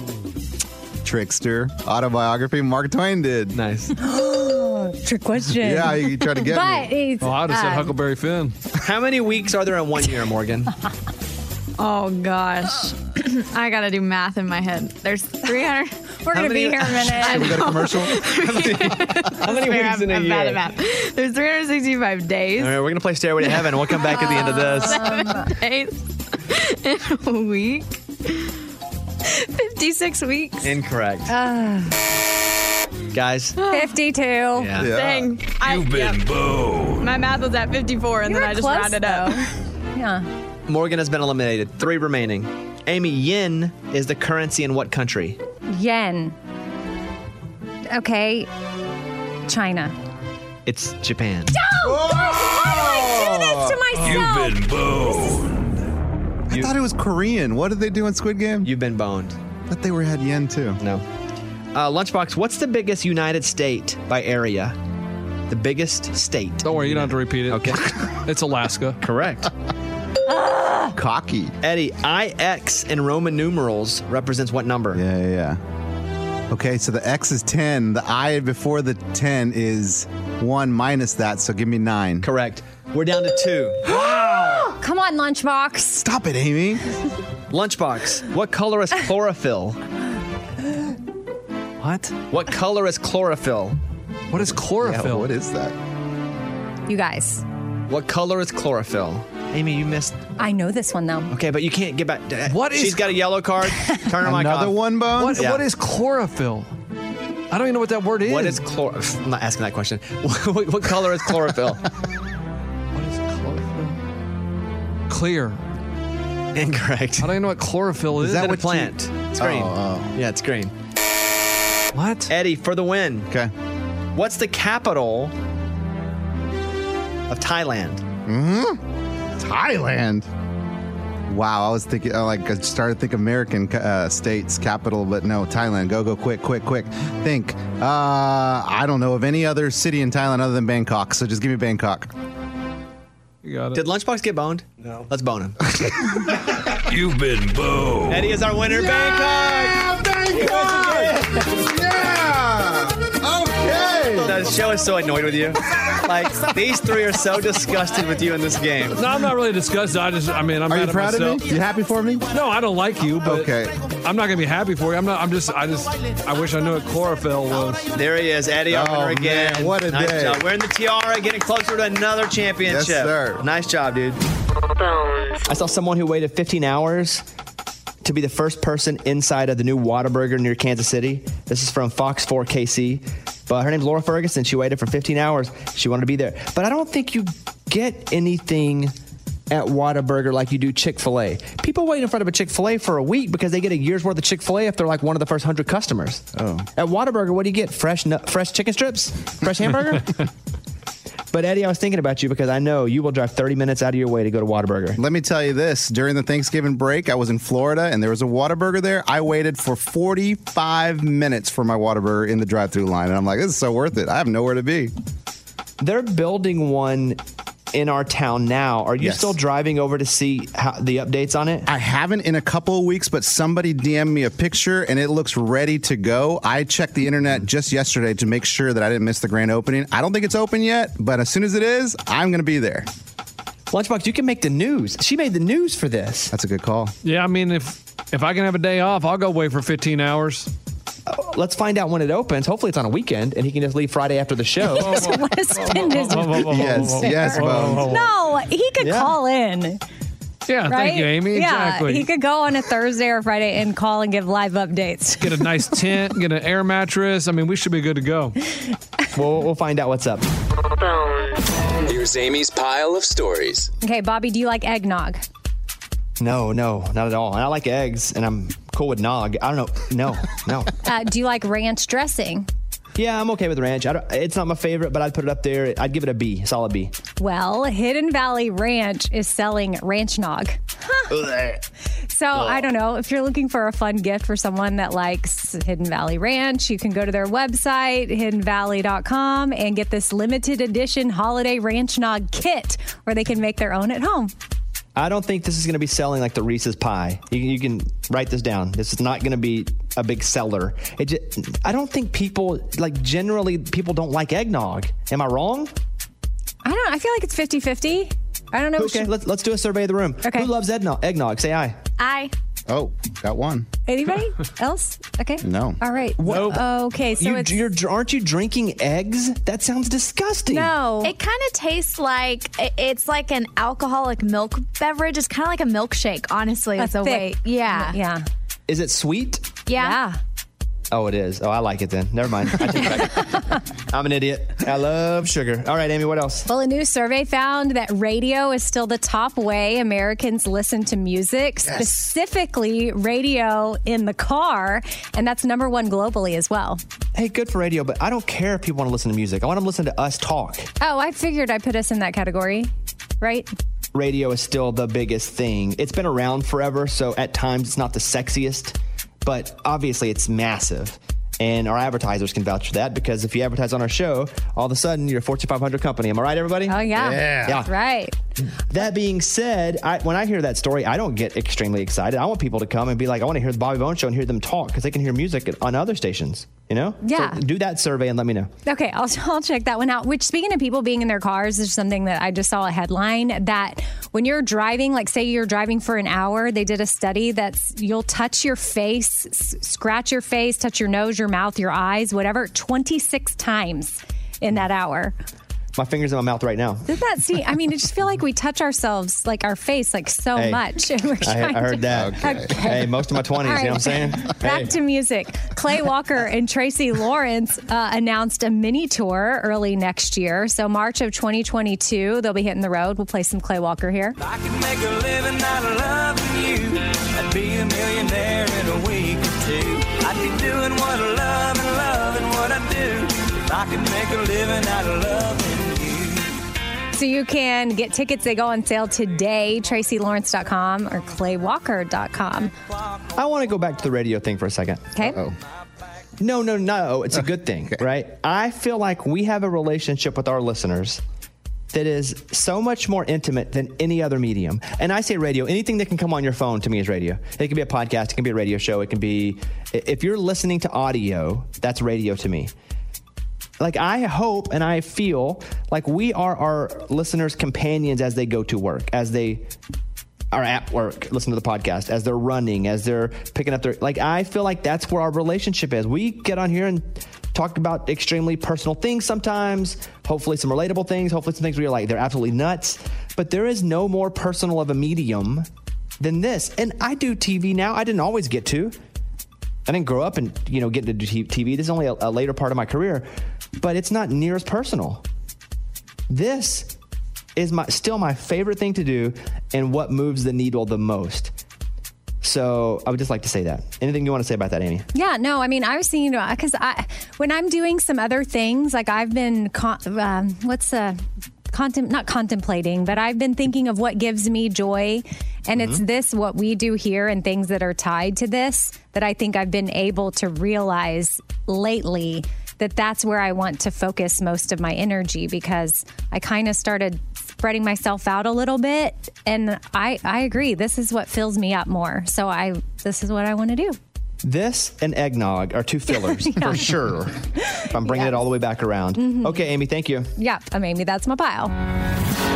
Speaker 5: Trickster autobiography. Mark Twain did.
Speaker 2: Nice.
Speaker 4: Trick question.
Speaker 5: Yeah, you tried to get
Speaker 4: but
Speaker 5: me.
Speaker 4: It's, um,
Speaker 2: Huckleberry Finn.
Speaker 1: How many weeks are there in one year, Morgan?
Speaker 14: Oh gosh, I gotta do math in my head. There's 300.
Speaker 4: We're
Speaker 1: How gonna be many- here in a minute. Should we go to commercial? How many
Speaker 14: Sorry,
Speaker 1: weeks
Speaker 14: I'm,
Speaker 1: in a
Speaker 14: I'm
Speaker 1: year?
Speaker 14: bad at math. There's 365 days.
Speaker 1: All right, we're going to play Stairway to Heaven. We'll come back at the end of this.
Speaker 14: Seven days in a week. 56 weeks. Ah.
Speaker 1: Incorrect.
Speaker 4: Uh,
Speaker 1: Guys,
Speaker 4: 52. Yeah.
Speaker 1: Yeah.
Speaker 14: Dang. I've been
Speaker 8: booed.
Speaker 14: My math was at 54, and
Speaker 4: You
Speaker 14: then
Speaker 4: were
Speaker 14: I just
Speaker 4: close,
Speaker 14: rounded up.
Speaker 4: yeah.
Speaker 1: Morgan has been eliminated. Three remaining. Amy, yen is the currency in what country?
Speaker 4: Yen. Okay. China.
Speaker 1: It's Japan. Oh.
Speaker 8: You've been booed.
Speaker 5: I thought it was Korean. What did they do in Squid Game?
Speaker 1: You've been boned.
Speaker 5: I thought they were had yen too.
Speaker 1: No. Uh, Lunchbox, what's the biggest United State by area? The biggest state.
Speaker 2: Don't worry, you don't have to repeat it. Okay. it's Alaska.
Speaker 1: Correct.
Speaker 5: Cocky.
Speaker 1: Eddie, IX in Roman numerals represents what number?
Speaker 5: Yeah, yeah, yeah. Okay, so the X is 10. The I before the 10 is 1 minus that, so give me 9.
Speaker 1: Correct. We're down to two.
Speaker 4: Come on, Lunchbox.
Speaker 5: Stop it, Amy.
Speaker 1: Lunchbox, what color is chlorophyll?
Speaker 5: What?
Speaker 1: What color is chlorophyll?
Speaker 2: What is chlorophyll?
Speaker 5: Yeah, what is that?
Speaker 4: You guys.
Speaker 1: What color is chlorophyll? Amy, you missed.
Speaker 4: I know this one, though.
Speaker 1: Okay, but you can't get back. to-
Speaker 2: What is-
Speaker 1: She's got a yellow card. Turn her mic off.
Speaker 5: Another one bone?
Speaker 2: What,
Speaker 1: Yeah.
Speaker 2: what is chlorophyll? I don't even know what that word is.
Speaker 1: What is chlor? I'm not asking that question. what, what color is chlorophyll?
Speaker 2: What is chlorophyll? Clear.
Speaker 1: Incorrect.
Speaker 2: I don't even know what chlorophyll is.
Speaker 1: Is that
Speaker 2: a
Speaker 1: what plant? It's green.
Speaker 5: Oh, oh.
Speaker 1: Yeah, it's green.
Speaker 2: What?
Speaker 1: Eddie for the win.
Speaker 5: Okay.
Speaker 1: What's the capital of Thailand?
Speaker 5: Mm-hmm. Thailand. Wow, I was thinking, I like, I started to think American uh, states, capital, but no, Thailand. Go, go, quick, quick, quick. Think. Uh, I don't know of any other city in Thailand other than Bangkok, so just give me Bangkok.
Speaker 2: You got it.
Speaker 1: Did Lunchbox get boned? No. Let's bone him.
Speaker 8: You've been booed.
Speaker 1: Eddie is our winner. Bangkok.
Speaker 5: Yeah! Okay!
Speaker 1: The show is so annoyed with you. Like these three are so disgusted with you in this game.
Speaker 2: no, I'm not really disgusted. I just, I mean, I'm
Speaker 5: Are
Speaker 2: mad
Speaker 5: you
Speaker 2: at
Speaker 5: proud
Speaker 2: myself.
Speaker 5: of me? You happy for me?
Speaker 2: No, I don't like you, but
Speaker 5: Okay.
Speaker 2: I'm not gonna be happy for you. I'm not. I'm just. I just. I wish I knew what chlorophyll was.
Speaker 1: There he is, Eddie, our
Speaker 5: Oh,
Speaker 1: winner again.
Speaker 5: man, what a
Speaker 1: nice
Speaker 5: day.
Speaker 1: job. We're in the tiara, getting closer to another championship.
Speaker 5: Yes, sir.
Speaker 1: Nice job, dude. I saw someone who waited 15 hours to be the first person inside of the new Whataburger near Kansas City. This is from Fox 4 KC. But her name's Laura Ferguson. She waited for 15 hours. She wanted to be there. But I don't think you get anything at Whataburger like you do Chick fil A. People wait in front of a Chick fil A for a week because they get a year's worth of Chick fil A if they're like one of the first 100 customers.
Speaker 5: Oh.
Speaker 1: At Whataburger, what do you get? Fresh, nu- fresh chicken strips? Fresh hamburger? But Eddie, I was thinking about you because I know you will drive 30 minutes out of your way to go to Whataburger.
Speaker 5: Let me tell you this: during the Thanksgiving break, I was in Florida, and there was a Whataburger there. I waited for 45 minutes for my Whataburger in the drive-through line, and I'm like, "This is so worth it. I have nowhere to be."
Speaker 1: They're building one in our town now. Are you
Speaker 5: Yes.
Speaker 1: still driving over to see how, the updates on it?
Speaker 5: I haven't in a couple of weeks, but somebody DM'd me a picture and it looks ready to go. I checked the internet just yesterday to make sure that I didn't miss the grand opening. I don't think it's open yet, but as soon as it is, I'm going to be there.
Speaker 1: Lunchbox, you can make the news. She made the news for this.
Speaker 5: That's a good call.
Speaker 2: Yeah, I mean, if if I can have a day off, I'll go away for 15 hours.
Speaker 1: Let's find out when it opens. Hopefully, it's on a weekend, and he can just leave Friday after the show.
Speaker 4: He doesn't want to spend his
Speaker 1: Whoa, whoa, whoa, whoa, Yes, whoa, yes, whoa, whoa, whoa, whoa.
Speaker 4: No, he could
Speaker 1: Yeah.
Speaker 4: call in.
Speaker 2: Yeah,
Speaker 4: right?
Speaker 2: thank you, Amy.
Speaker 4: Yeah,
Speaker 2: exactly.
Speaker 4: he could go on a Thursday or Friday and call and give live updates.
Speaker 2: Get a nice tent, get an air mattress. I mean, we should be good to go.
Speaker 1: We'll, we'll find out what's up.
Speaker 13: Here's Amy's pile of stories.
Speaker 4: Okay, Bobby, do you like eggnog?
Speaker 1: No, no, not at all. And I like eggs, and I'm cool with nog. I don't know. No, no.
Speaker 4: Uh, do you like ranch dressing?
Speaker 1: yeah, I'm okay with ranch. I don't, it's not my favorite, but I'd put it up there. I'd give it a B, solid B.
Speaker 4: Well, Hidden Valley Ranch is selling ranch nog. So I don't know if you're looking for a fun gift for someone that likes Hidden Valley Ranch, you can go to their website hiddenvalley.com and get this limited edition holiday ranch nog kit, where they can make their own at home.
Speaker 1: I don't think this is going to be selling like the Reese's pie. You, you can write this down. This is not going to be a big seller. It just, I don't think people like generally people don't like eggnog. Am I wrong?
Speaker 4: I don't. I feel like it's 50-50. I don't know.
Speaker 1: Okay, let's let's do a survey of the room. Okay. Who loves eggnog? Eggnog, say aye.
Speaker 4: I
Speaker 5: Oh, got one.
Speaker 4: anybody else? Okay.
Speaker 5: No.
Speaker 4: All right.
Speaker 1: Nope.
Speaker 4: Okay. So
Speaker 1: you,
Speaker 4: it's
Speaker 1: you're, aren't you drinking eggs? That sounds disgusting.
Speaker 4: No.
Speaker 7: It kind of tastes like i- it's like an alcoholic milk beverage. It's kind of like a milkshake, honestly.
Speaker 4: A
Speaker 7: it's a
Speaker 4: thick-
Speaker 7: way. Yeah.
Speaker 4: Yeah.
Speaker 1: Is it sweet?
Speaker 7: Yeah.
Speaker 1: Oh, it is. Oh, I like it then. Never mind. I take it back. I'm an idiot. I love sugar. All right, Amy, what else?
Speaker 4: Well, a new survey found that radio is still the top way Americans listen to music, specifically radio in the car, and that's number one globally as well.
Speaker 1: Hey, good for radio, but I don't care if people want to listen to music. I want them to listen to us talk.
Speaker 4: Oh, I figured I put us in that category, right?
Speaker 1: Radio is still the biggest thing. It's been around forever, so at times it's not the sexiest, but obviously it's massive. And our advertisers can vouch for that because if you advertise on our show, all of a sudden you're a Fortune 500 company. Am I right, everybody?
Speaker 4: Oh yeah,
Speaker 1: Yeah.
Speaker 4: right.
Speaker 1: That being said, I, when I hear that story, I don't get extremely excited. I want people to come and be like, I want to hear the Bobby Bones show and hear them talk because they can hear music at- on other stations, you know?
Speaker 4: Yeah.
Speaker 1: So do that survey and let me know.
Speaker 4: Okay, I'll, I'll check that one out. Which, speaking of people being in their cars, is something that I just saw a headline that when you're driving, like say you're driving for an hour, they did a study that's you'll touch your face, s- scratch your face, touch your nose, your mouth, your eyes, whatever, 26 times in that hour.
Speaker 1: My finger's in my mouth right now.
Speaker 4: Does that seem? I mean, I just feel like we touch ourselves, like our face, like so
Speaker 1: Hey,
Speaker 4: much. And we're
Speaker 1: I,
Speaker 4: trying
Speaker 1: I
Speaker 4: to-
Speaker 1: heard that.
Speaker 4: Okay.
Speaker 1: Hey, most of my 20s, you know what I'm saying?
Speaker 4: Back to music. Clay Walker and Tracy Lawrence uh, announced a mini tour early next year. So, March of 2022, they'll be hitting the road. We'll play some Clay Walker here.
Speaker 9: I could make a living out of loving you. I'd be a millionaire in a week or two. I'd be doing what I love and loving what I do. If I could make a living out of loving you.
Speaker 4: So, you can get tickets. They go on sale today, tracylawrence.com or claywalker.com.
Speaker 1: I want to go back to the radio thing for a second.
Speaker 4: Okay.
Speaker 1: No, no, no. It's a good thing, right? I feel like we have a relationship with our listeners that is so much more intimate than any other medium. And I say radio, anything that can come on your phone to me is radio. It can be a podcast, it can be a radio show, it can be, i- if you're listening to audio, that's radio to me. Like, I hope and I feel like we are our listeners' companions as they go to work, as they are at work, listen to the podcast, as they're running, as they're picking up their like I feel like that's where our relationship is. We get on here and talk about extremely personal things sometimes, hopefully some relatable things, hopefully some things where you're like, they're absolutely nuts. But there is no more personal of a medium than this. And I do TV now. I didn't always get to. I didn't grow up and you know get into t- TV. This is only a, a later part of my career, but it's not near as personal. This is my still my favorite thing to do, and what moves the needle the most. So I would just like to say that. Anything you want to say about that, Amy?
Speaker 4: Yeah, no, I mean, I was thinking about because I, when I'm doing some other things, like I've been, con- um, what's uh, contem- not contemplating, but I've been thinking of what gives me joy. And it's
Speaker 15: Mhm.
Speaker 4: this, what we do here, and things that are tied to this that I think I've been able to realize lately that that's where I want to focus most of my energy because I kind of started spreading myself out a little bit and I I agree this is what fills me up more so I this is what I want to do
Speaker 1: This and eggnog are two fillers
Speaker 4: Yeah.
Speaker 1: for sure. If I'm bringing it all the way back around.
Speaker 4: Mhm.
Speaker 1: Okay, Amy, thank you.
Speaker 4: Yep, I mean, maybe that's my pile.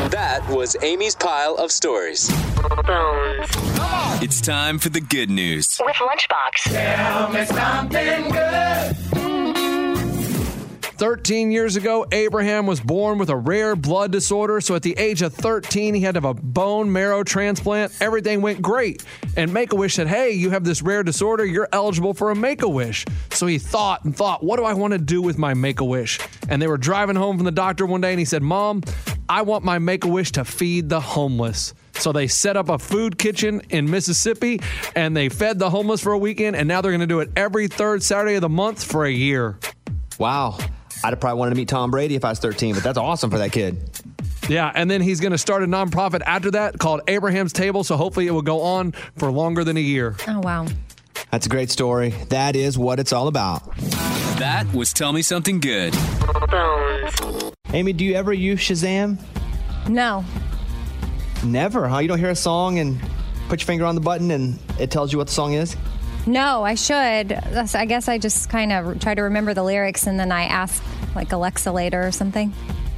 Speaker 13: That was Amy's pile of stories.
Speaker 8: It's time for the good news.
Speaker 10: With Lunchbox.
Speaker 9: Tell me something good.
Speaker 2: 13 years ago, Abraham was born with a rare blood disorder. So at the age of 13, he had to have a bone marrow transplant. Everything went great. And Make a Wish said, Hey, you have this rare disorder. You're eligible for a Make a Wish. So he thought and thought, What do I want to do with my Make a Wish? And they were driving home from the doctor one day and he said, Mom, I want my Make a Wish to feed the homeless. So they set up a food kitchen in Mississippi and they fed the homeless for a weekend. And now they're going to do it every third Saturday of the month for a year.
Speaker 1: Wow. I'd have probably wanted to meet Tom Brady if I was 13, but that's awesome for that kid.
Speaker 2: Yeah, and then he's going to start a nonprofit after that called Abraham's Table. So hopefully it will go on for longer than a year.
Speaker 4: Oh wow.
Speaker 1: That's a great story. That is what it's all about.
Speaker 8: That was Tell Me Something Good.
Speaker 1: Amy, do you ever use Shazam?
Speaker 4: No.
Speaker 1: Never, huh? You don't hear a song and put your finger on the button and it tells you what the song is?
Speaker 4: No, I should. That's- I guess I just kind of try to remember the lyrics and then I ask like Alexa later or something.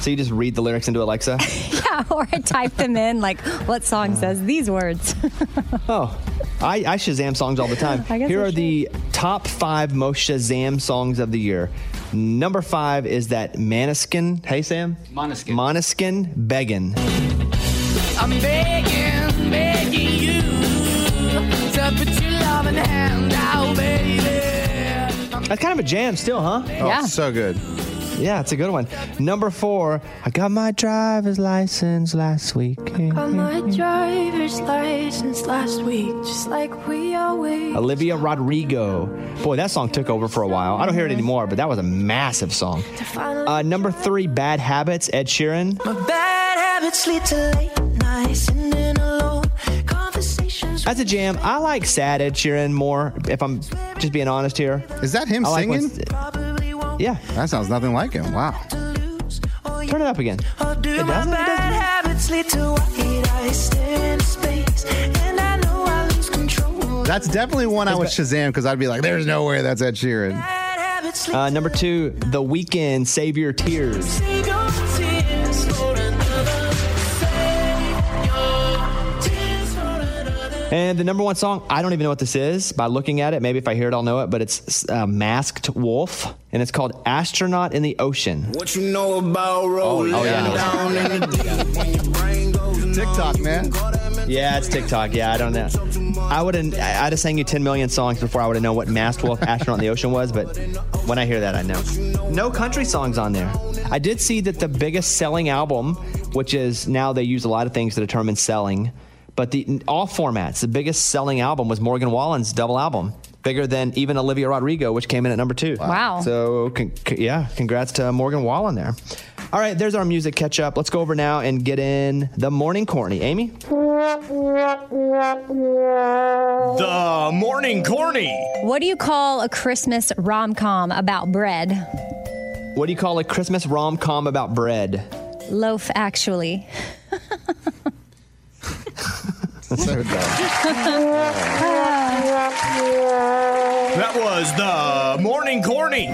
Speaker 1: So you just read the lyrics into Alexa?
Speaker 4: Yeah, or I type them in like what song says these words.
Speaker 1: oh, I, I Shazam songs all the time.
Speaker 4: I guess
Speaker 1: Here
Speaker 4: I
Speaker 1: are the top five most Shazam songs of the year. Number five is that Maniskin. Hey, Sam? Maniskin. Maniskin Beggin.
Speaker 9: I'm begging, begging you to put your loving hand out, baby.
Speaker 1: That's kind of a jam still, huh?
Speaker 9: Oh, Yeah.
Speaker 1: so good. Yeah, it's a good one. Number four, I got my driver's license last week.
Speaker 15: Got my driver's license last week, just like we always.
Speaker 1: Olivia Rodrigo. Boy, that song took over for a while. I don't hear it anymore, but that was a massive song. Uh, number three, Bad Habits, Ed Sheeran.
Speaker 15: My bad habits lead to late nights and then alone conversations.
Speaker 1: That's a jam. I like sad Ed Sheeran more, if I'm just being honest here. Is that
Speaker 5: him singing?
Speaker 1: yeah.
Speaker 5: That sounds nothing like him. Wow.
Speaker 1: Turn it up again.
Speaker 15: Or do my bad habits lead to white ice in space? And I know I lose control.
Speaker 5: That's definitely one I would Shazam because I'd be like, there's no way that's Ed Sheeran.
Speaker 15: Bad habits lead
Speaker 1: Uh, number two, The Weeknd, Save Your Tears.
Speaker 15: Save your tears for another. Save your tears for another.
Speaker 1: And the number one song, I don't even know what this is by looking at it. Maybe if I hear it, I'll know it, but it's uh, Masked Wolf, and it's called Astronaut in the Ocean.
Speaker 9: What you know about rolling
Speaker 1: Oh, yeah.
Speaker 9: down in the deep when your brain goes TikTok, man.
Speaker 1: Yeah, it's TikTok. Yeah, I don't know. I wouldn't, I- I'd have sang you 10 million songs before I would have known what Masked Wolf, Astronaut in the Ocean was, but when I hear that, I know. No country songs on there. I did see that the biggest selling album, which is now they use a lot of things to determine selling, but the in all formats, the biggest selling album was Morgan Wallen's double album. Bigger than even Olivia Rodrigo, which came in at number two.
Speaker 4: Wow.
Speaker 1: So, con- c- yeah, congrats to Morgan Wallen there. All right, there's our music catch up. Let's go over now and get in the morning corny. Amy?
Speaker 6: The morning corny.
Speaker 4: what do you call a Christmas rom com about bread?
Speaker 1: What do you call a Christmas rom com about bread?
Speaker 4: Loaf, actually.
Speaker 1: so dumb.
Speaker 6: That was the morning corny.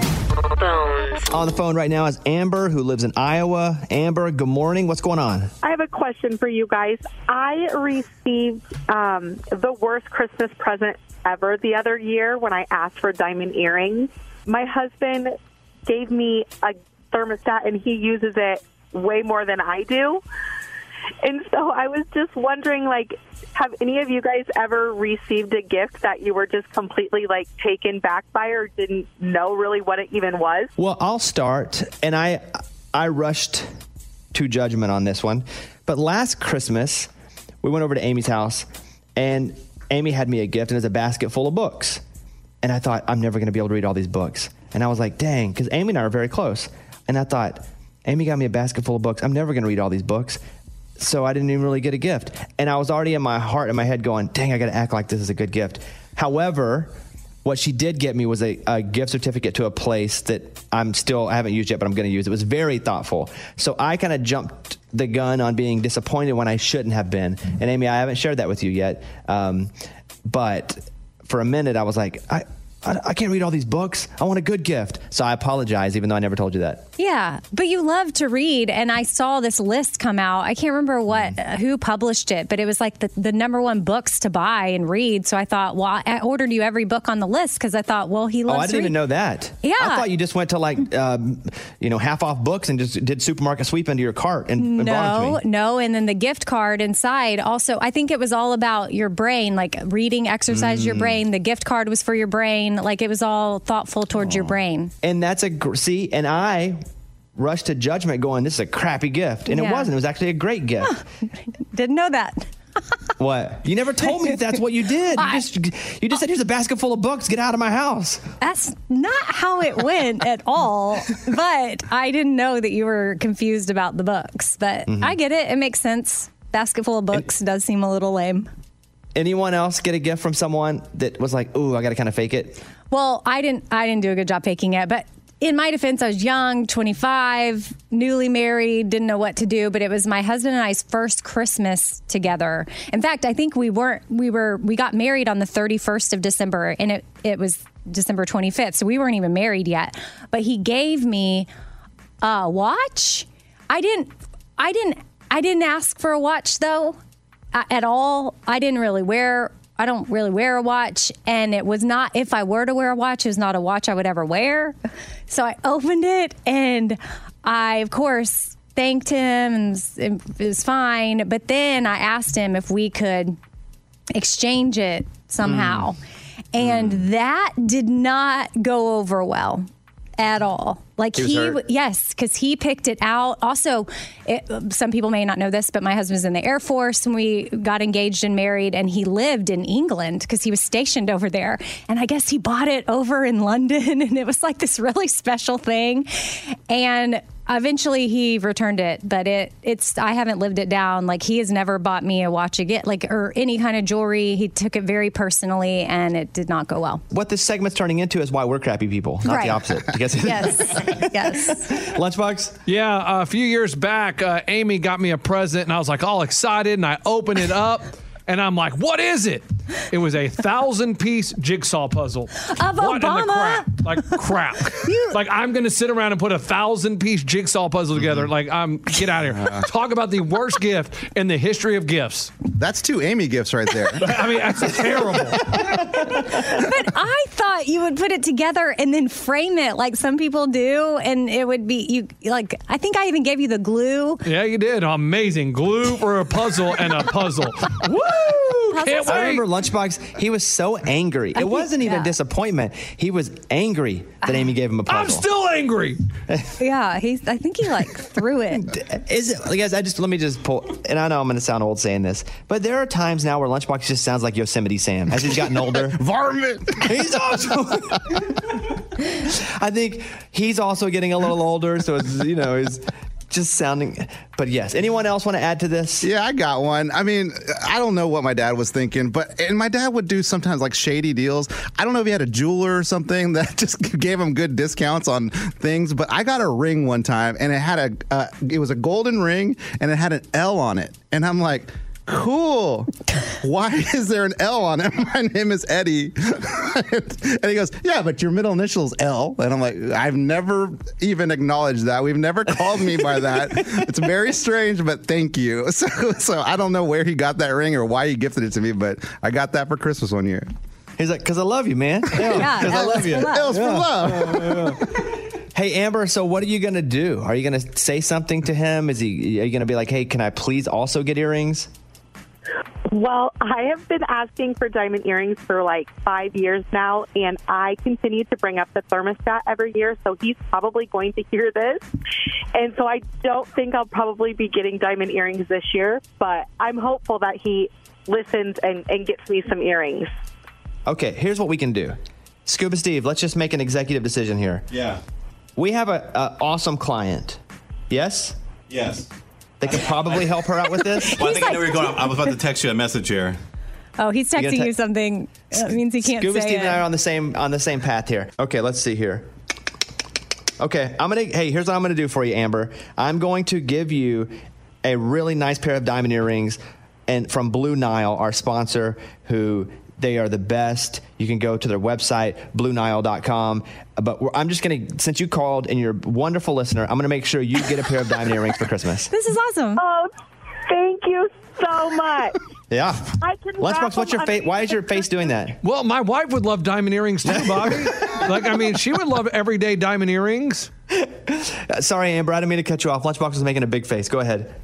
Speaker 1: On the phone right now is Amber, who lives in Iowa. Amber, good morning. What's going on?
Speaker 16: I have a question for you guys. I received um, the worst Christmas present ever the other year when I asked for diamond earrings. My husband gave me a thermostat and he uses it way more than I do. And so I was just wondering like have any of you guys ever received a gift that you were just completely like taken back by or didn't know really what it even was?
Speaker 1: Well, I'll start, and I I rushed to judgment on this one, but last Christmas we went over to Amy's house, and Amy had me a gift and it's a basket full of books. And I thought, I'm never going to be able to read all these books. And I was like, dang, because Amy and I are very close. And I thought, Amy got me a basket full of books. I'm never going to read all these books. So I didn't even really get a gift. And I was already in my heart and my head going, dang, I got to act like this is a good gift. However, what she did get me was a, a gift certificate to a place that I'm still, I haven't used yet, but I'm going to use. It was very thoughtful. So I kind of jumped the gun on being disappointed when I shouldn't have been. And Amy, I haven't shared that with you yet. Um, but for a minute, I was like, I, I, I can't read all these books. I want a good gift. So I apologize, even though I never told you that.
Speaker 4: Yeah, but you love to read, and I saw this list come out. I can't remember what
Speaker 1: Mm.
Speaker 4: uh, who published it, but it was like the, the number one books to buy and read. So I thought, well, I- I ordered you every book on the list because I thought, well, he
Speaker 1: Oh,
Speaker 4: loves.
Speaker 1: I
Speaker 4: to
Speaker 1: didn't even
Speaker 4: read.
Speaker 1: know that.
Speaker 4: Yeah. Mm.
Speaker 1: I thought you just went to like, um, you know, half off books and just did supermarket sweep into your cart and, and brought them
Speaker 4: No,
Speaker 1: to me.
Speaker 4: no, and then the gift card inside. Also, I think it was all about your brain, like reading, exercise your
Speaker 1: Mm.
Speaker 4: brain. The gift card was for your brain, like it was all thoughtful towards your brain.
Speaker 1: Oh. And that's a, gr- see, and I rushed to judgment going, this is a crappy gift. And it
Speaker 4: Yeah.
Speaker 1: wasn't. It was actually a great gift.
Speaker 4: Didn't know that.
Speaker 1: what? You never told me that that's what you did. You just, you just said, here's a basket full of books. Get out of my house.
Speaker 4: That's not how it went at all. But I didn't know that you were confused about the books. But
Speaker 1: Mhm.
Speaker 4: I get it. It makes sense. Basket full of books does seem a little lame.
Speaker 1: Anyone else get a gift from someone that was like, ooh, I got to kind of fake it?
Speaker 4: Well, I didn't I didn't do a good job faking it, but in my defense, I was young, 25, newly married, didn't know what to do, but it was my husband and I's first Christmas together. In fact, I think we weren't we were we got married on the 31st of December and it it was December 25th, so we weren't even married yet. But he gave me a uh, watch. I didn't I didn't I didn't ask for a watch though a- at all. I didn't really wear. I don't really wear a watch, and it was not. If I were to wear a watch, it was not a watch I would ever wear. So I opened it, and I, of course, thanked him, and s- and it was fine. But then I asked him if we could exchange it somehow,
Speaker 17: Mm.
Speaker 4: and that did not go over well at all. Like
Speaker 17: He was
Speaker 4: he,
Speaker 17: hurt?
Speaker 4: w- Yes, because he picked it out. Also, it, some people may not know this, but my husband's in the Air Force and we got engaged and married, and he lived in England because he was stationed over there. And I guess he bought it over in London, and it was like this really special thing. And eventually he returned it, but it it's I haven't lived it down. Like he has never bought me a watch again, like or any kind of jewelry. He took it very personally, and it did not go well.
Speaker 1: What this segment's turning into is why we're crappy people, not
Speaker 4: Right.
Speaker 1: the opposite. You guys-
Speaker 4: yes, yes.
Speaker 1: Lunchbox?
Speaker 2: Yeah, a few years back, uh, Amy got me a present, and I was like all excited, and I open it up, and I'm like, "What is it?" It was a thousand-piece jigsaw puzzle
Speaker 4: Of
Speaker 2: what In the
Speaker 4: Obama.
Speaker 2: crap? Like crap. like I'm gonna sit around and put a thousand-piece jigsaw puzzle together.
Speaker 5: Mm-hmm.
Speaker 2: Like I'm get out of here. Talk about the worst gift in the history of gifts.
Speaker 5: That's two Amy gifts right there.
Speaker 2: I mean, that's terrible.
Speaker 4: but I thought you would put it together and then frame it like some people do, and it would be you like. I think I even gave you the glue.
Speaker 2: Yeah, you did. Amazing glue for a puzzle and a puzzle. Woo! Can't
Speaker 1: I
Speaker 2: wait.
Speaker 1: remember Lunchbox. He was so angry. it wasn't even
Speaker 4: yeah.
Speaker 1: disappointment. He was angry that Amy gave him a puzzle. I'm
Speaker 2: still angry.
Speaker 4: Yeah, he's. I think he like threw it.
Speaker 1: Is it, guys? I just let me just pull. And I know I'm going to sound old saying this, but there are times now where Lunchbox just sounds like Yosemite Sam as he's gotten older.
Speaker 5: Varmint.
Speaker 1: He's also. I think he's also getting a little older, so it's you know he's just sounding. But yes, anyone else want to add to this?
Speaker 5: Yeah, I got one. I mean, I don't know what my dad was thinking, but and my dad would do sometimes like shady deals. I don't know if he had a jeweler or something that just gave him good discounts on things, but I got a ring one time and it had a uh, it was a golden ring and it had an L on it. And I'm like, "Cool. Why is there an L on it? My name is Eddie." and he goes, "Yeah, but your middle initial's L." And I'm like, "I've never even acknowledged that. We've never called me by that. it's very strange, but thank you." So, so I don't know where he got that ring or why he gifted it to me, but I got that for Christmas one year.
Speaker 1: He's like, "Cause I love you, man.
Speaker 5: Yeah,
Speaker 1: 'Cause I
Speaker 5: L was
Speaker 1: love you.
Speaker 5: for love. L was for
Speaker 1: Yeah.
Speaker 5: love.
Speaker 1: Hey Amber, so what are you gonna do? Are you gonna say something to him? Is he? Are you gonna be like, hey, can I please also get earrings?
Speaker 16: Well, I have been asking for diamond earrings for like five years now, and I continue to bring up the thermostat every year, so he's probably going to hear this. And so I don't think I'll probably be getting diamond earrings this year, but I'm hopeful that he listens and, and gets me some earrings.
Speaker 1: Okay, here's what we can do. Scuba Steve, let's just make an executive decision here.
Speaker 17: Yeah.
Speaker 1: We have a, a awesome client. Yes?
Speaker 17: Yes.
Speaker 1: They could probably help her out with this.
Speaker 17: Well, I think I know where you're going. I was about to text you a message here.
Speaker 4: Oh, he's
Speaker 1: You gonna
Speaker 4: texting you,
Speaker 1: te-
Speaker 4: something. That means he can't
Speaker 1: Scuba
Speaker 4: say
Speaker 1: Steve
Speaker 4: it.
Speaker 1: and I are on the same on the same path here. Okay, let's see here. Okay, I'm gonna. Hey, here's what I'm gonna do for you, Amber. I'm going to give you a really nice pair of diamond earrings, and from Blue Nile, our sponsor, who they are the best. You can go to their website, BlueNile.com. But we're, I'm just gonna, since you called and you're a wonderful listener, I'm gonna make sure you get a pair of diamond earrings for Christmas.
Speaker 4: This is awesome.
Speaker 16: Oh, thank you so much.
Speaker 1: Yeah.
Speaker 16: I can wrap
Speaker 1: Lunchbox, what's your
Speaker 16: them
Speaker 1: face? Why is your face doing that?
Speaker 2: Well, my wife would love diamond earrings too, Bobby. like, I mean, she would love everyday diamond earrings.
Speaker 1: Uh, Sorry, Amber, I didn't mean to cut you off. Lunchbox was making a big face. Go ahead.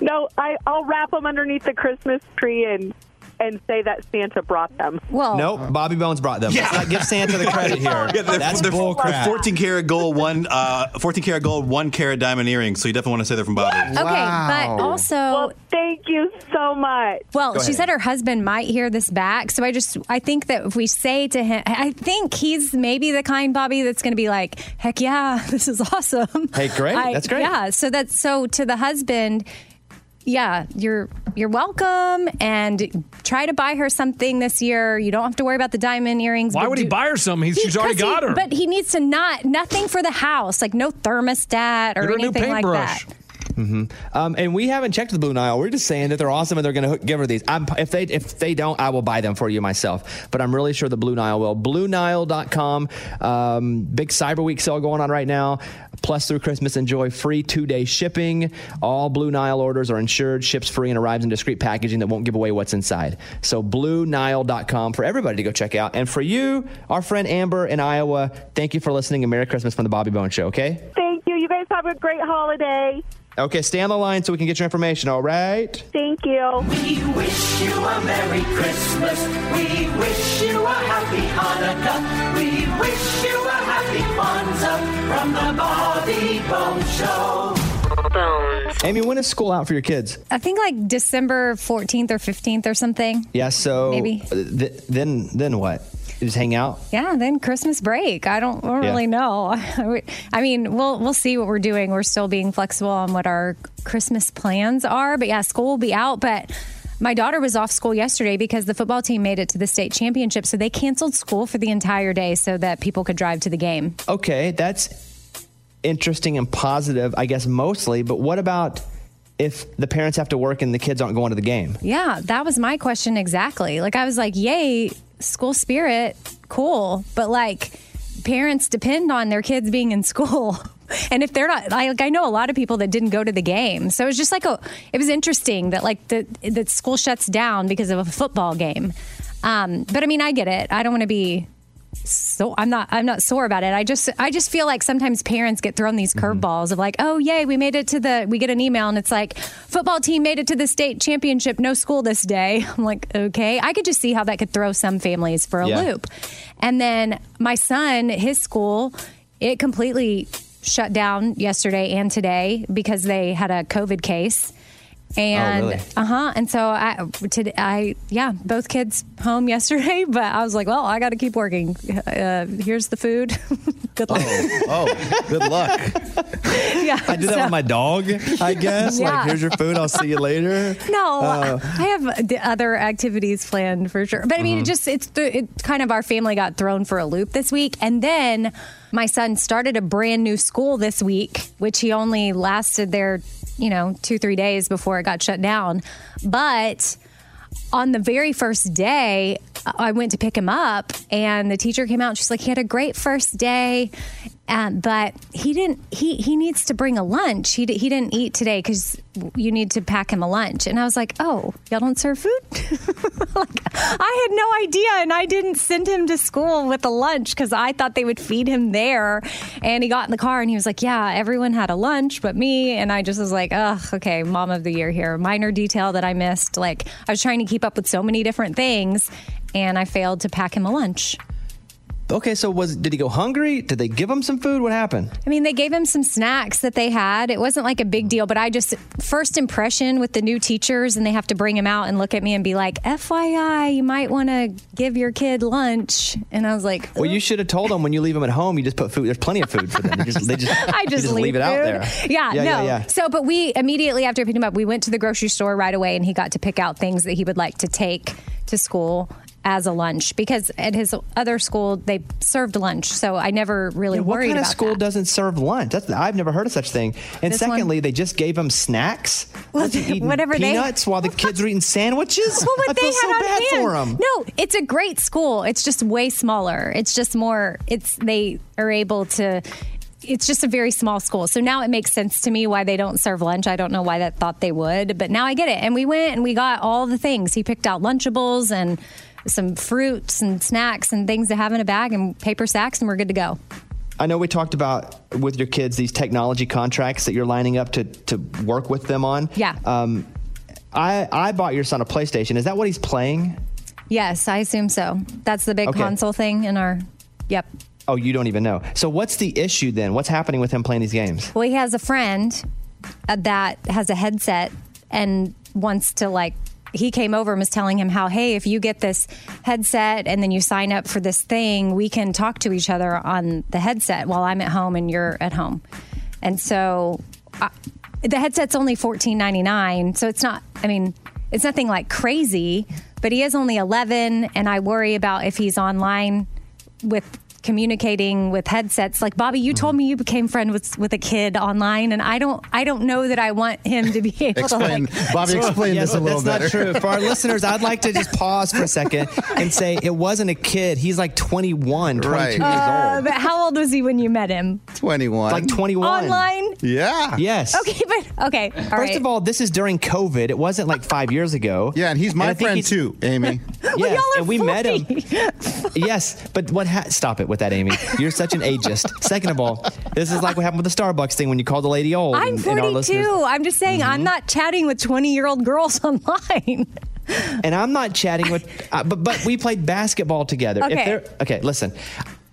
Speaker 16: No, I, I'll wrap them underneath the Christmas tree and and say that Santa brought them.
Speaker 4: Well,
Speaker 1: Nope, Bobby Bones brought them. Let's not give Santa the credit here.
Speaker 17: Oh. Yeah, they're,
Speaker 1: That's
Speaker 17: they're,
Speaker 1: bull
Speaker 17: they're
Speaker 1: crap.
Speaker 17: 14 karat gold, one uh, 14 karat gold, one karat diamond earrings. So you definitely want to say they're from Bobby.
Speaker 4: Okay, but also,
Speaker 16: thank you so much.
Speaker 4: Well,
Speaker 17: Go
Speaker 4: she
Speaker 17: ahead.
Speaker 4: said her husband might hear this back, so I just I think that if we say to him, I think he's maybe the kind Bobby that's going to be like, "Heck yeah, this is awesome."
Speaker 1: Hey, great.
Speaker 4: I-
Speaker 1: That's great.
Speaker 4: Yeah, so that's so to the husband. Yeah, you're you're welcome, and try to buy her something this year. You don't have to worry about the diamond earrings.
Speaker 2: Why
Speaker 4: but
Speaker 2: would he
Speaker 4: do-
Speaker 2: buy her some? He's, she's already
Speaker 4: 'cause
Speaker 2: got
Speaker 4: he-
Speaker 2: her.
Speaker 4: But he needs to not nothing for the house, like no thermostat or
Speaker 1: Get her a new
Speaker 4: anything like that.
Speaker 1: paintbrush. hmm Um, and we haven't checked the Blue Nile. We're just saying that they're awesome and they're going to give her these. I'm, if they if they don't, I will buy them for you myself. But I'm really sure the Blue Nile will. BlueNile.com. Um, big Cyber Week sale going on right now. Plus through Christmas, enjoy free two day shipping. All Blue Nile orders are insured, ships free, and arrives in discreet packaging that won't give away what's inside. So BlueNile.com for everybody to go check out. And for you, our friend Amber in Iowa, thank you for listening and Merry Christmas from the Bobby Bone Show. Okay.
Speaker 16: Thank you. You guys have a great holiday.
Speaker 1: Okay, stay on the line so we can get your information, all right?
Speaker 16: Thank you.
Speaker 9: We wish you a Merry Christmas. We wish you a Happy Hanukkah. We wish you a Happy Kwanzaa from the Bobby Bone Show.
Speaker 1: Amy, when is school out for your kids?
Speaker 4: I think like December 14th or 15th or something.
Speaker 1: Yeah, so
Speaker 4: Maybe.
Speaker 1: uh, Th- then then what? You just hang out?
Speaker 4: Yeah, then Christmas break. I don't, I don't
Speaker 1: Yeah.
Speaker 4: really know. I would- I mean, we'll we'll see what we're doing. We're still being flexible on what our Christmas plans are. But yeah, school will be out. But my daughter was off school yesterday because the football team made it to the state championship, so they canceled school for the entire day so that people could drive to the game.
Speaker 1: Okay, that's interesting and positive, I guess mostly, but what about if the parents have to work and the kids aren't going to the game?
Speaker 4: Yeah, that was my question exactly. Like I was like, "Yay, school spirit, cool." But like parents depend on their kids being in school. And if they're not, I, like I know a lot of people that didn't go to the game, so it was just like a, it was interesting that like the that school shuts down because of a football game. Um, but I mean, I get it. I don't want to be so I'm not I'm not sore about it. I just I just feel like sometimes parents get thrown these curveballs of like, "Oh, yay, we made it to the we get an email and it's like, football team made it to the state championship, no school this day." I'm like, "Okay." I could just see how that could throw some families for a
Speaker 18: Yeah.
Speaker 4: loop. And then my son, his school, it completely shut down yesterday and today because they had a COVID case. And
Speaker 18: really?
Speaker 4: uh huh. And so I, today, I, yeah, both kids home yesterday, but I was like, well, I got to keep working. Uh, here's the food. Good luck.
Speaker 5: Oh, good luck.
Speaker 4: yeah.
Speaker 1: I do that
Speaker 4: so-
Speaker 1: with my dog, I guess.
Speaker 4: Yeah.
Speaker 1: Like, here's your food. I'll see you later.
Speaker 4: No,
Speaker 1: Uh,
Speaker 4: I have d- other activities planned for sure. But I mean,
Speaker 1: Mhm.
Speaker 4: it just it's th- it kind of our family got thrown for a loop this week, and then my son started a brand new school this week, which he only lasted there, you know, two three days before it got shut down. But on the very first day, I went to pick him up, and the teacher came out. And she's like, "He had a great first day, um, but he didn't. He he needs to bring a lunch. He di- he didn't eat today because you need to pack him a lunch." And I was like, "Oh, y'all don't serve food? like, I had no idea, and I didn't send him to school with a lunch because I thought they would feed him there." And he got in the car, and he was like, "Yeah, everyone had a lunch, but me." And I just was like, "Ugh, okay, mom of the year here. Minor detail that I missed. Like, I was trying to keep up with so many different things." And I failed to pack him a lunch.
Speaker 1: Okay, so was did he go hungry? Did they give him some food? What happened?
Speaker 4: I mean, they gave him some snacks that they had. It wasn't like a big deal, but I just, first impression with the new teachers, and they have to bring him out and look at me and be like, FYI, you might want to give your kid lunch. And I was like,
Speaker 1: Well, you should have told them when you leave them at home. You just put food. There's plenty of food for them. They just, they just,
Speaker 4: I
Speaker 1: you
Speaker 4: just,
Speaker 1: leave, it out
Speaker 4: food.
Speaker 1: there.
Speaker 4: Yeah,
Speaker 1: yeah,
Speaker 4: no.
Speaker 1: yeah, yeah.
Speaker 4: So, but we immediately after picking him up, we went to the grocery store right away, and he got to pick out things that he would like to take to school as a lunch because at his other school they served lunch. So I never really
Speaker 1: Yeah, what
Speaker 4: worried
Speaker 1: kind of
Speaker 4: about
Speaker 1: school doesn't serve lunch? That's, I've never heard of such thing. And
Speaker 4: This one-
Speaker 1: secondly, they just gave them snacks.
Speaker 4: Well,
Speaker 1: They're eating
Speaker 4: whatever they-
Speaker 1: peanuts while the kids are eating sandwiches.
Speaker 4: Well, what
Speaker 1: I
Speaker 4: they
Speaker 1: feel
Speaker 4: had
Speaker 1: so
Speaker 4: on
Speaker 1: bad
Speaker 4: hand.
Speaker 1: for them.
Speaker 4: No, it's a great school. It's just way smaller. It's just more. It's they are able to. It's just a very small school. So now it makes sense to me why they don't serve lunch. I don't know why that thought they would, but now I get it. And we went and we got all the things. He picked out Lunchables and some fruits and snacks and things to have in a bag and paper sacks, and we're good to go.
Speaker 1: I know we talked about with your kids these technology contracts that you're lining up to to work with them on.
Speaker 4: Yeah.
Speaker 1: Um, I I bought your son a PlayStation. Is that what he's playing?
Speaker 4: Yes, I assume so. That's the big
Speaker 1: Okay.
Speaker 4: console thing in our. Yep.
Speaker 1: Oh, you don't even know. So what's the issue then? What's happening with him playing these games?
Speaker 4: Well, he has a friend uh, that has a headset and wants to like. He came over and was telling him how, hey, if you get this headset and then you sign up for this thing, we can talk to each other on the headset while I'm at home and you're at home. And so I, the headset's only $14.99, so it's not. I mean, it's nothing like crazy, but he is only 11, and I worry about if he's online with communicating with headsets like bobby you told me you became friend with with a kid online and i don't i don't know that i want him to be able to like
Speaker 1: Yeah, that's not true. For our listeners, I'd like to just pause for a second and say it wasn't a kid. He's like 21, 22 years old.
Speaker 4: Uh, but how old was he when you met him
Speaker 1: 21. Like 21.
Speaker 4: online
Speaker 1: Yeah. Yes.
Speaker 4: okay but okay all right.
Speaker 1: First of all, this is during COVID. It wasn't like five years ago. Yeah, and he's
Speaker 5: my friend too,
Speaker 1: Amy. yes, and we met him. yes, but what? Ha- Stop it with that, Amy. You're such an ageist. Second of all, this is like what happened with the Starbucks thing when you called the lady old.
Speaker 4: i'm
Speaker 1: and- and our
Speaker 4: 42
Speaker 1: listeners- Mm-hmm.
Speaker 4: i'm just saying i'm not chatting with 20 year old girls online
Speaker 1: and I'm not chatting with, uh, but but we played basketball together.
Speaker 4: Okay.
Speaker 1: there, okay, listen.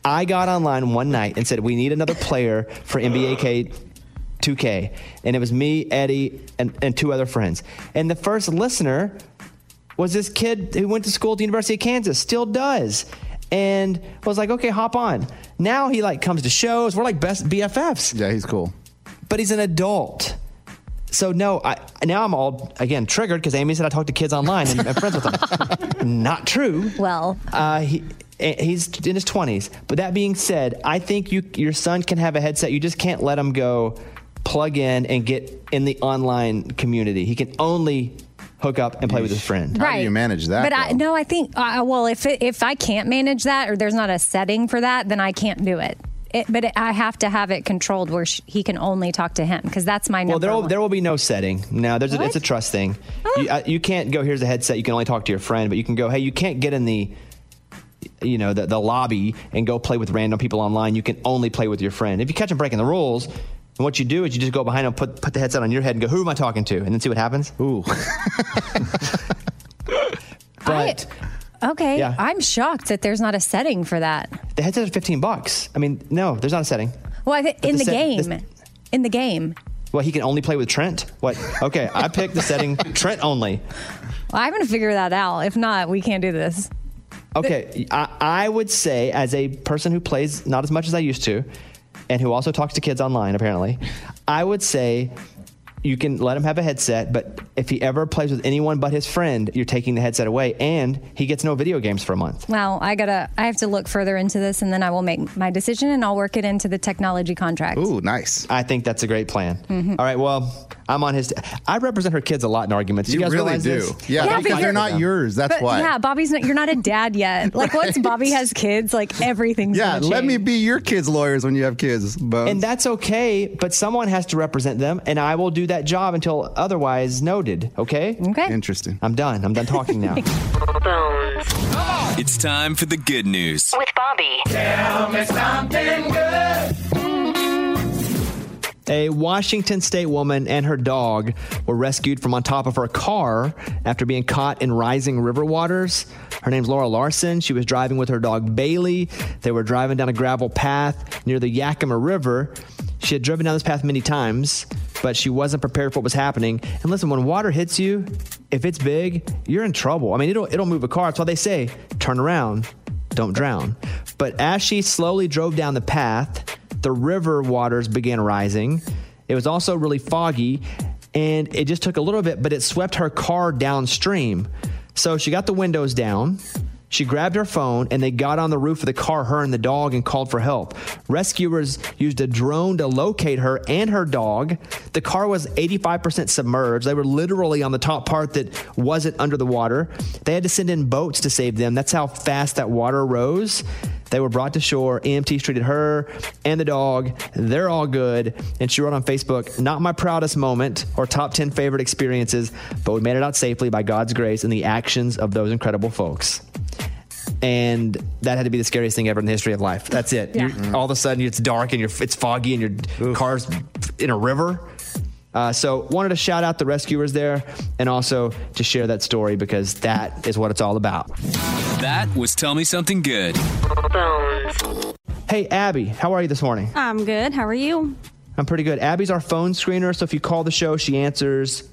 Speaker 1: I got online one night and said we need another player for NBA K. 2K, and it was me, Eddie, and, and two other friends. And the first listener was this kid who went to school at the University of Kansas, still does, and was like, okay, hop on. Now he like comes to shows. We're like best BFFs. Yeah, he's cool, but he's an adult. So no, I now I'm all again triggered because Amy said I talk to kids online and I'm friends with them. Not true.
Speaker 4: Well,
Speaker 1: uh, he. eh, He's in his 20s. But that being said, I think you your son can have a headset. You just can't let him go plug in and get in the online community. He can only hook up and play with his friend.
Speaker 4: How do you Right.
Speaker 1: manage
Speaker 4: but I, no, I think uh, well, if it, if I can't manage that or there's not a setting for that, then I can't do it. it but it, I have to have it controlled where sh- he can only talk to him because that's my
Speaker 1: well,
Speaker 4: number.
Speaker 1: there will,
Speaker 4: one.
Speaker 1: Oh, there will be no setting. No, there's a, it's a trust thing. You, uh, you can't go. Here's a headset. You can only talk to your friend, but you can go. Hey, you can't get in the, you know, the, the lobby and go play with random people online. You can only play with your friend. If you catch them breaking the rules, then what you do is you just go behind them, put put the headset on your head, and go, "Who am I talking to?" And then see what happens. Ooh. but
Speaker 4: okay,
Speaker 1: Yeah.
Speaker 4: I'm shocked that there's not a setting for that.
Speaker 1: the headset is 15 bucks. I mean, no, there's not a setting.
Speaker 4: Well, I thi-
Speaker 1: But
Speaker 4: in the,
Speaker 1: the set-
Speaker 4: game,
Speaker 1: this-
Speaker 4: in the game,
Speaker 1: Well, he can only play with Trent. What? Okay, I picked the setting Trent only.
Speaker 4: well, I'm gonna figure that out. If not, we can't do this.
Speaker 1: Okay, I, I would say as a person who plays not as much as I used to, and who also talks to kids online apparently, I would say you can let him have a headset, but if he ever plays with anyone but his friend, you're taking the headset away, and he gets no video games for a month.
Speaker 4: Well, I gotta, I have to look further into this, and then I will make my decision, and I'll work it into the technology contract.
Speaker 1: Ooh, nice. I think that's a great plan.
Speaker 5: Mm-hmm.
Speaker 4: Mhm.
Speaker 1: All right, well, I'm on his. I represent her kids a lot in arguments. You,
Speaker 5: You
Speaker 1: guys
Speaker 5: really
Speaker 1: realize
Speaker 5: do.
Speaker 1: this?
Speaker 5: Yeah, Yeah, because because they're they're- not yours, that's
Speaker 4: but yeah, Bobby's not. You're not a dad yet. Like once Bobby has kids, like everything's.
Speaker 5: Yeah,
Speaker 4: gonna
Speaker 5: let me
Speaker 4: change.
Speaker 5: be your kids' lawyers when you have kids, Bones.
Speaker 1: And that's okay, but someone has to represent them, and I will do that job until otherwise noted. Okay.
Speaker 4: Okay.
Speaker 1: Interesting. I'm done. I'm done talking now.
Speaker 8: It's time for the good news.
Speaker 10: With Bobby.
Speaker 9: Tell me something good.
Speaker 1: A Washington State woman and her dog were rescued from on top of her car after being caught in rising river waters. Her name's Laura Larson. She was driving with her dog Bailey. They were driving down a gravel path near the Yakima River. She had driven down this path many times, but she wasn't prepared for what was happening. And listen, when water hits you, if it's big, you're in trouble. I mean, it'll it'll move a car. That's why they say turn around, don't drown. But as she slowly drove down the path, the river waters began rising. It was also really foggy, and it just took a little bit, but it swept her car downstream. So she got the windows down. She grabbed her phone and they got on the roof of the car, her and the dog, and called for help. Rescuers used a drone to locate her and her dog. The car was 85% submerged. They were literally on the top part that wasn't under the water. They had to send in boats to save them. That's how fast that water rose. They were brought to shore. EMTs treated her and the dog. They're all good. And she wrote on Facebook, not my proudest moment or top 10 favorite experiences, but we made it out safely by God's grace and the actions of those incredible folks. And that had to be the scariest thing ever in the history of life. That's it.
Speaker 4: Yeah.
Speaker 1: You- All of a sudden, it's dark and you're, it's foggy and your car's in a river. Uh, so, wanted to shout out the rescuers there and also to share that story because that is what it's all about.
Speaker 8: That was Tell Me Something Good.
Speaker 1: Hey, Abby, how are you this morning?
Speaker 18: I'm good. How are you?
Speaker 1: I'm pretty good. Abby's our phone screener, so if you call the show, she answers.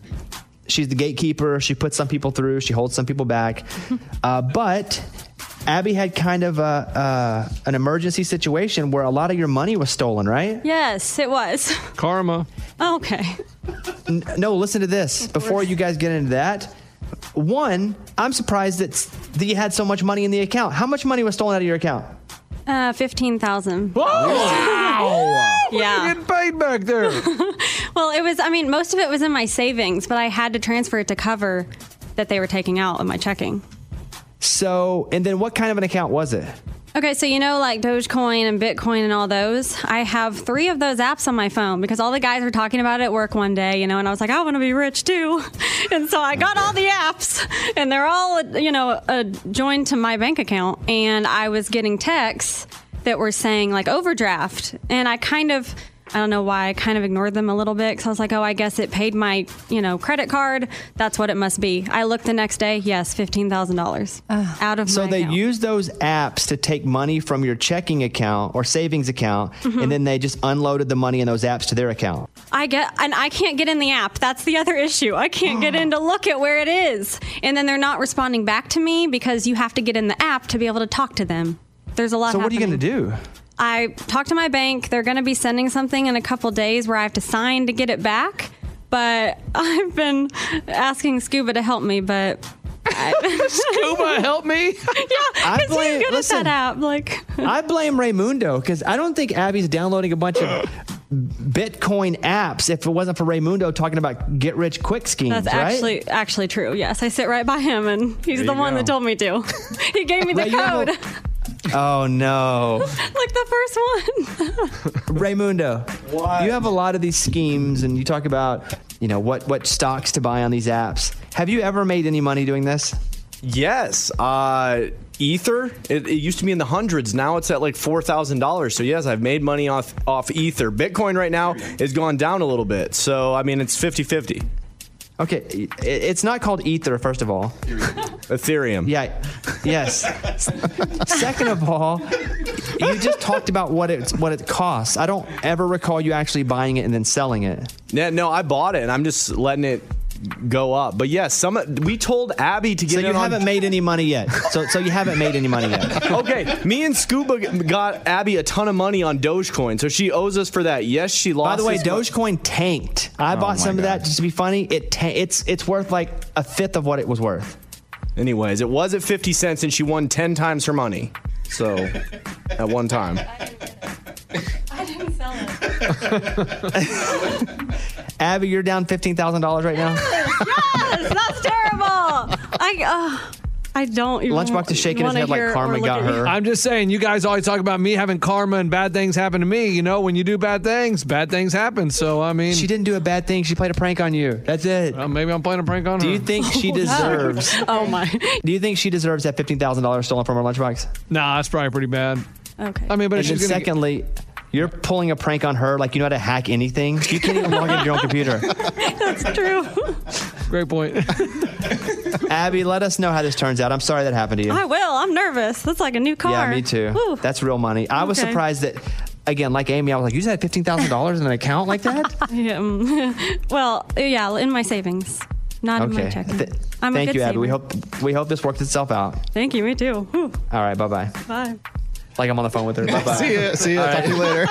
Speaker 1: She's the gatekeeper. She puts some people through. She holds some people back. Uh, but Abby had kind of a, uh, an emergency situation where a lot of your money was stolen, right?
Speaker 18: Yes, it was.
Speaker 1: Karma.
Speaker 18: Okay.
Speaker 1: N- no, listen to this. Before you guys get into that, one, I'm surprised that, s- that you had so much money in the account. How much money was stolen out of your account?
Speaker 18: Uh, 15,000.
Speaker 1: Wow.
Speaker 18: yeah.
Speaker 2: Getting paid back there.
Speaker 18: Well, it was, I mean, most of it was in my savings, but I had to transfer it to cover that they were taking out of my checking.
Speaker 1: So, and then what kind of an account was it?
Speaker 18: Okay, so you know, like Dogecoin and Bitcoin and all those. I have three of those apps on my phone because all the guys were talking about it at work one day, you know, and I was like, I want to be rich too. And so I got all the apps, and they're all, you know, uh, joined to my bank account. And I was getting texts that were saying like overdraft. And I kind of, I don't know why, I kind of ignored them a little bit because I was like, oh, I guess it paid my, you know, credit card. That's what it must be. I looked the next day, yes, $15,000 out of
Speaker 1: So
Speaker 18: my
Speaker 1: they
Speaker 18: account.
Speaker 1: use those apps to take money from your checking account or savings account,
Speaker 18: Mhm.
Speaker 1: and then they just unloaded the money in those apps to their account.
Speaker 18: I get, and I can't get in the app. That's the other issue. I can't
Speaker 1: Oh.
Speaker 18: get in to look at where it is. And then they're not responding back to me because you have to get in the app to be able to talk to them. There's a lot
Speaker 1: so what are you
Speaker 18: happening.
Speaker 1: going to do?
Speaker 18: I talked to my bank. They're going to be sending something in a couple days where I have to sign to get it back. But I've been asking Scuba to help me, but.
Speaker 2: Scuba, help me!
Speaker 18: yeah,
Speaker 1: I
Speaker 18: because he's
Speaker 1: blame-
Speaker 18: good
Speaker 1: listen.
Speaker 18: at that app. Like,
Speaker 1: I blame Raymundo because I don't think Abby's downloading a bunch of Bitcoin apps if it wasn't for Raymundo talking about get rich quick schemes,
Speaker 18: that's
Speaker 1: right?
Speaker 18: actually actually true. Yes, I sit right by him, and he's
Speaker 1: There
Speaker 18: the
Speaker 1: you
Speaker 18: one
Speaker 1: go.
Speaker 18: that told me to. he gave me the
Speaker 1: Right, you have a-
Speaker 18: code.
Speaker 1: oh no.
Speaker 18: like the first one.
Speaker 1: Raymundo, you have a lot of these schemes and you talk about, you know, what what stocks to buy on these apps. Have you ever made any money doing this?
Speaker 19: Yes. Uh, Ether. It, it used to be in the hundreds. Now it's at like four thousand dollars. So yes, I've made money off off Ether. Bitcoin right now has gone down a little bit. So I mean, it's 50-50.
Speaker 1: Okay, it- it's not called Ether, first of all.
Speaker 19: Ethereum.
Speaker 1: Yeah. Yes. Second of all, you just talked about what it what it costs. I don't ever recall you actually buying it and then selling it.
Speaker 19: Yeah, no, I bought it, and I'm just letting it go up. But yes, some we told Abby to get
Speaker 1: So
Speaker 19: in
Speaker 1: you
Speaker 19: on-
Speaker 1: haven't made any money yet. So so you haven't made any money yet.
Speaker 19: okay, me and Scuba g- got Abby a ton of money on Dogecoin, so she owes us for that. Yes, she lost.
Speaker 1: By the way,
Speaker 19: this month.
Speaker 1: Dogecoin tanked. I
Speaker 19: Oh my
Speaker 1: bought some of that
Speaker 19: God.
Speaker 1: just to be funny. It ta- it's it's worth like a fifth of what it was worth.
Speaker 19: Anyways, it was at 50 cents and she won 10 times her money. So, at one time.
Speaker 18: I didn't sell it.
Speaker 1: Abby, you're down fifteen thousand dollars right now.
Speaker 18: yes, that's terrible. I uh, I don't. even
Speaker 1: Lunchbox is shaking his
Speaker 18: wanna
Speaker 1: head like
Speaker 18: hear or
Speaker 1: karma
Speaker 18: look
Speaker 1: got
Speaker 18: at-
Speaker 1: her.
Speaker 2: I'm just saying, you guys always talk about me having karma and bad things happen to me. You know, when you do bad things, bad things happen. So I mean, she
Speaker 1: didn't do a bad thing. She played a prank on you. That's it.
Speaker 2: Well, maybe I'm playing a prank on
Speaker 1: Do
Speaker 2: her.
Speaker 1: you think she deserves?
Speaker 18: oh my!
Speaker 1: Do you think she deserves that fifteen thousand dollars stolen from her lunchbox?
Speaker 2: Nah, that's probably pretty bad.
Speaker 18: Okay.
Speaker 2: I mean, but
Speaker 1: and
Speaker 2: she's
Speaker 1: then
Speaker 2: gonna get-
Speaker 1: secondly, You're pulling a prank on her like you know how to hack anything. You can't even log into your own computer.
Speaker 18: That's true.
Speaker 2: Great point.
Speaker 1: Abby, let us know how this turns out. I'm sorry that happened to you.
Speaker 18: I will. I'm nervous. That's like a new Uh, car.
Speaker 1: Yeah, me too.
Speaker 18: Whew.
Speaker 1: That's real money. I was
Speaker 18: Okay.
Speaker 1: surprised that, again, like Amy, I was like, you just had fifteen thousand dollars in an account like that.
Speaker 18: Yeah, mm. well, yeah, in my savings, not in my
Speaker 1: okay.
Speaker 18: checking.
Speaker 1: Th-
Speaker 18: I'm
Speaker 1: thank
Speaker 18: a good
Speaker 1: you, Abby.
Speaker 18: saver.
Speaker 1: We hope we hope this works itself out.
Speaker 18: Thank you. Me too. Whew.
Speaker 1: All right. Bye bye.
Speaker 18: Bye.
Speaker 1: Like I'm on the phone with her. Bye bye.
Speaker 5: See ya. See ya. Talk to you later.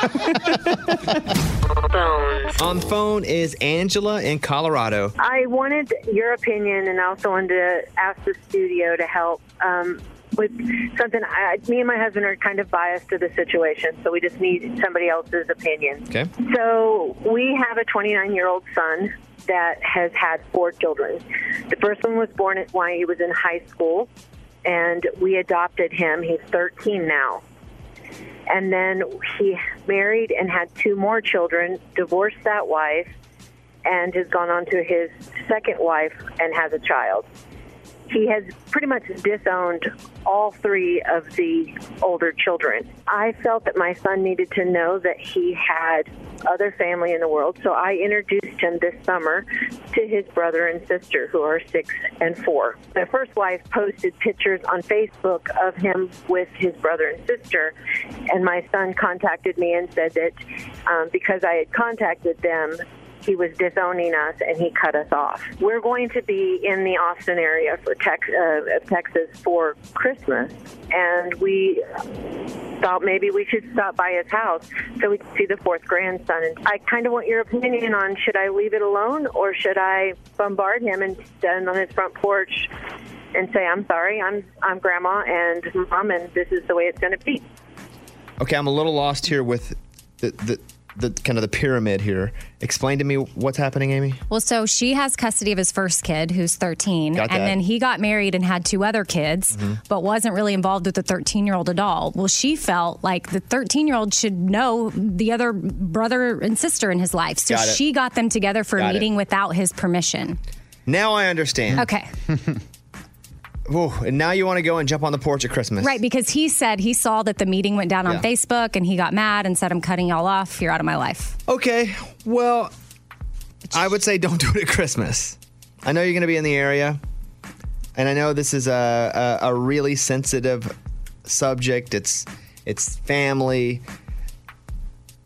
Speaker 20: On the phone is Angela in Colorado.
Speaker 21: I wanted your opinion, and I also wanted to ask the studio to help um, with something. I, me and my husband are kind of biased to the situation, so we just need somebody else's opinion.
Speaker 9: Okay.
Speaker 21: So we have a 29 year old son that has had four children. The first one was born at while he was in high school, and we adopted him. He's 13 now. And then he married and had two more children, divorced that wife, and has gone on to his second wife and has a child. He has pretty much disowned all three of the older children. I felt that my son needed to know that he had other family in the world, so I introduced him this summer to his brother and sister, who are six and four. My first wife posted pictures on Facebook of him with his brother and sister, and my son contacted me and said that um, because I had contacted them, he was disowning us and he cut us off. We're going to be in the Austin area for Tex- uh, of Texas for Christmas, and we thought maybe we should stop by his house so we could see the fourth grandson. And I kind of want your opinion on should I leave it alone or should I bombard him and stand on his front porch and say I'm sorry, I'm I'm grandma and mom, and this is the way it's going to be.
Speaker 1: Okay, I'm a little lost here with the the, the kind of the pyramid here. Explain to me what's happening, Amy.
Speaker 4: Well, so she has custody of his first kid, who's 13.
Speaker 1: Got that.
Speaker 4: And then he got married and had two other kids,
Speaker 1: Mhm.
Speaker 4: but wasn't really involved with the 13 year old at all. Well, she felt like the 13 year old should know the other brother and sister in his life. So
Speaker 1: Got it.
Speaker 4: she got them together for
Speaker 1: Got
Speaker 4: a
Speaker 1: it.
Speaker 4: meeting without his permission.
Speaker 1: Now I understand.
Speaker 4: Okay.
Speaker 1: Whoa, and now you want to go and jump on the porch at Christmas.
Speaker 4: Right, because he said he saw that the meeting went down on
Speaker 1: Yeah.
Speaker 4: Facebook and he got mad and said, I'm cutting y'all off. You're out of my life.
Speaker 1: Okay. Well, I would say don't do it at Christmas. I know you're going to be in the area, and I know this is a, a, a really sensitive subject. It's it's family.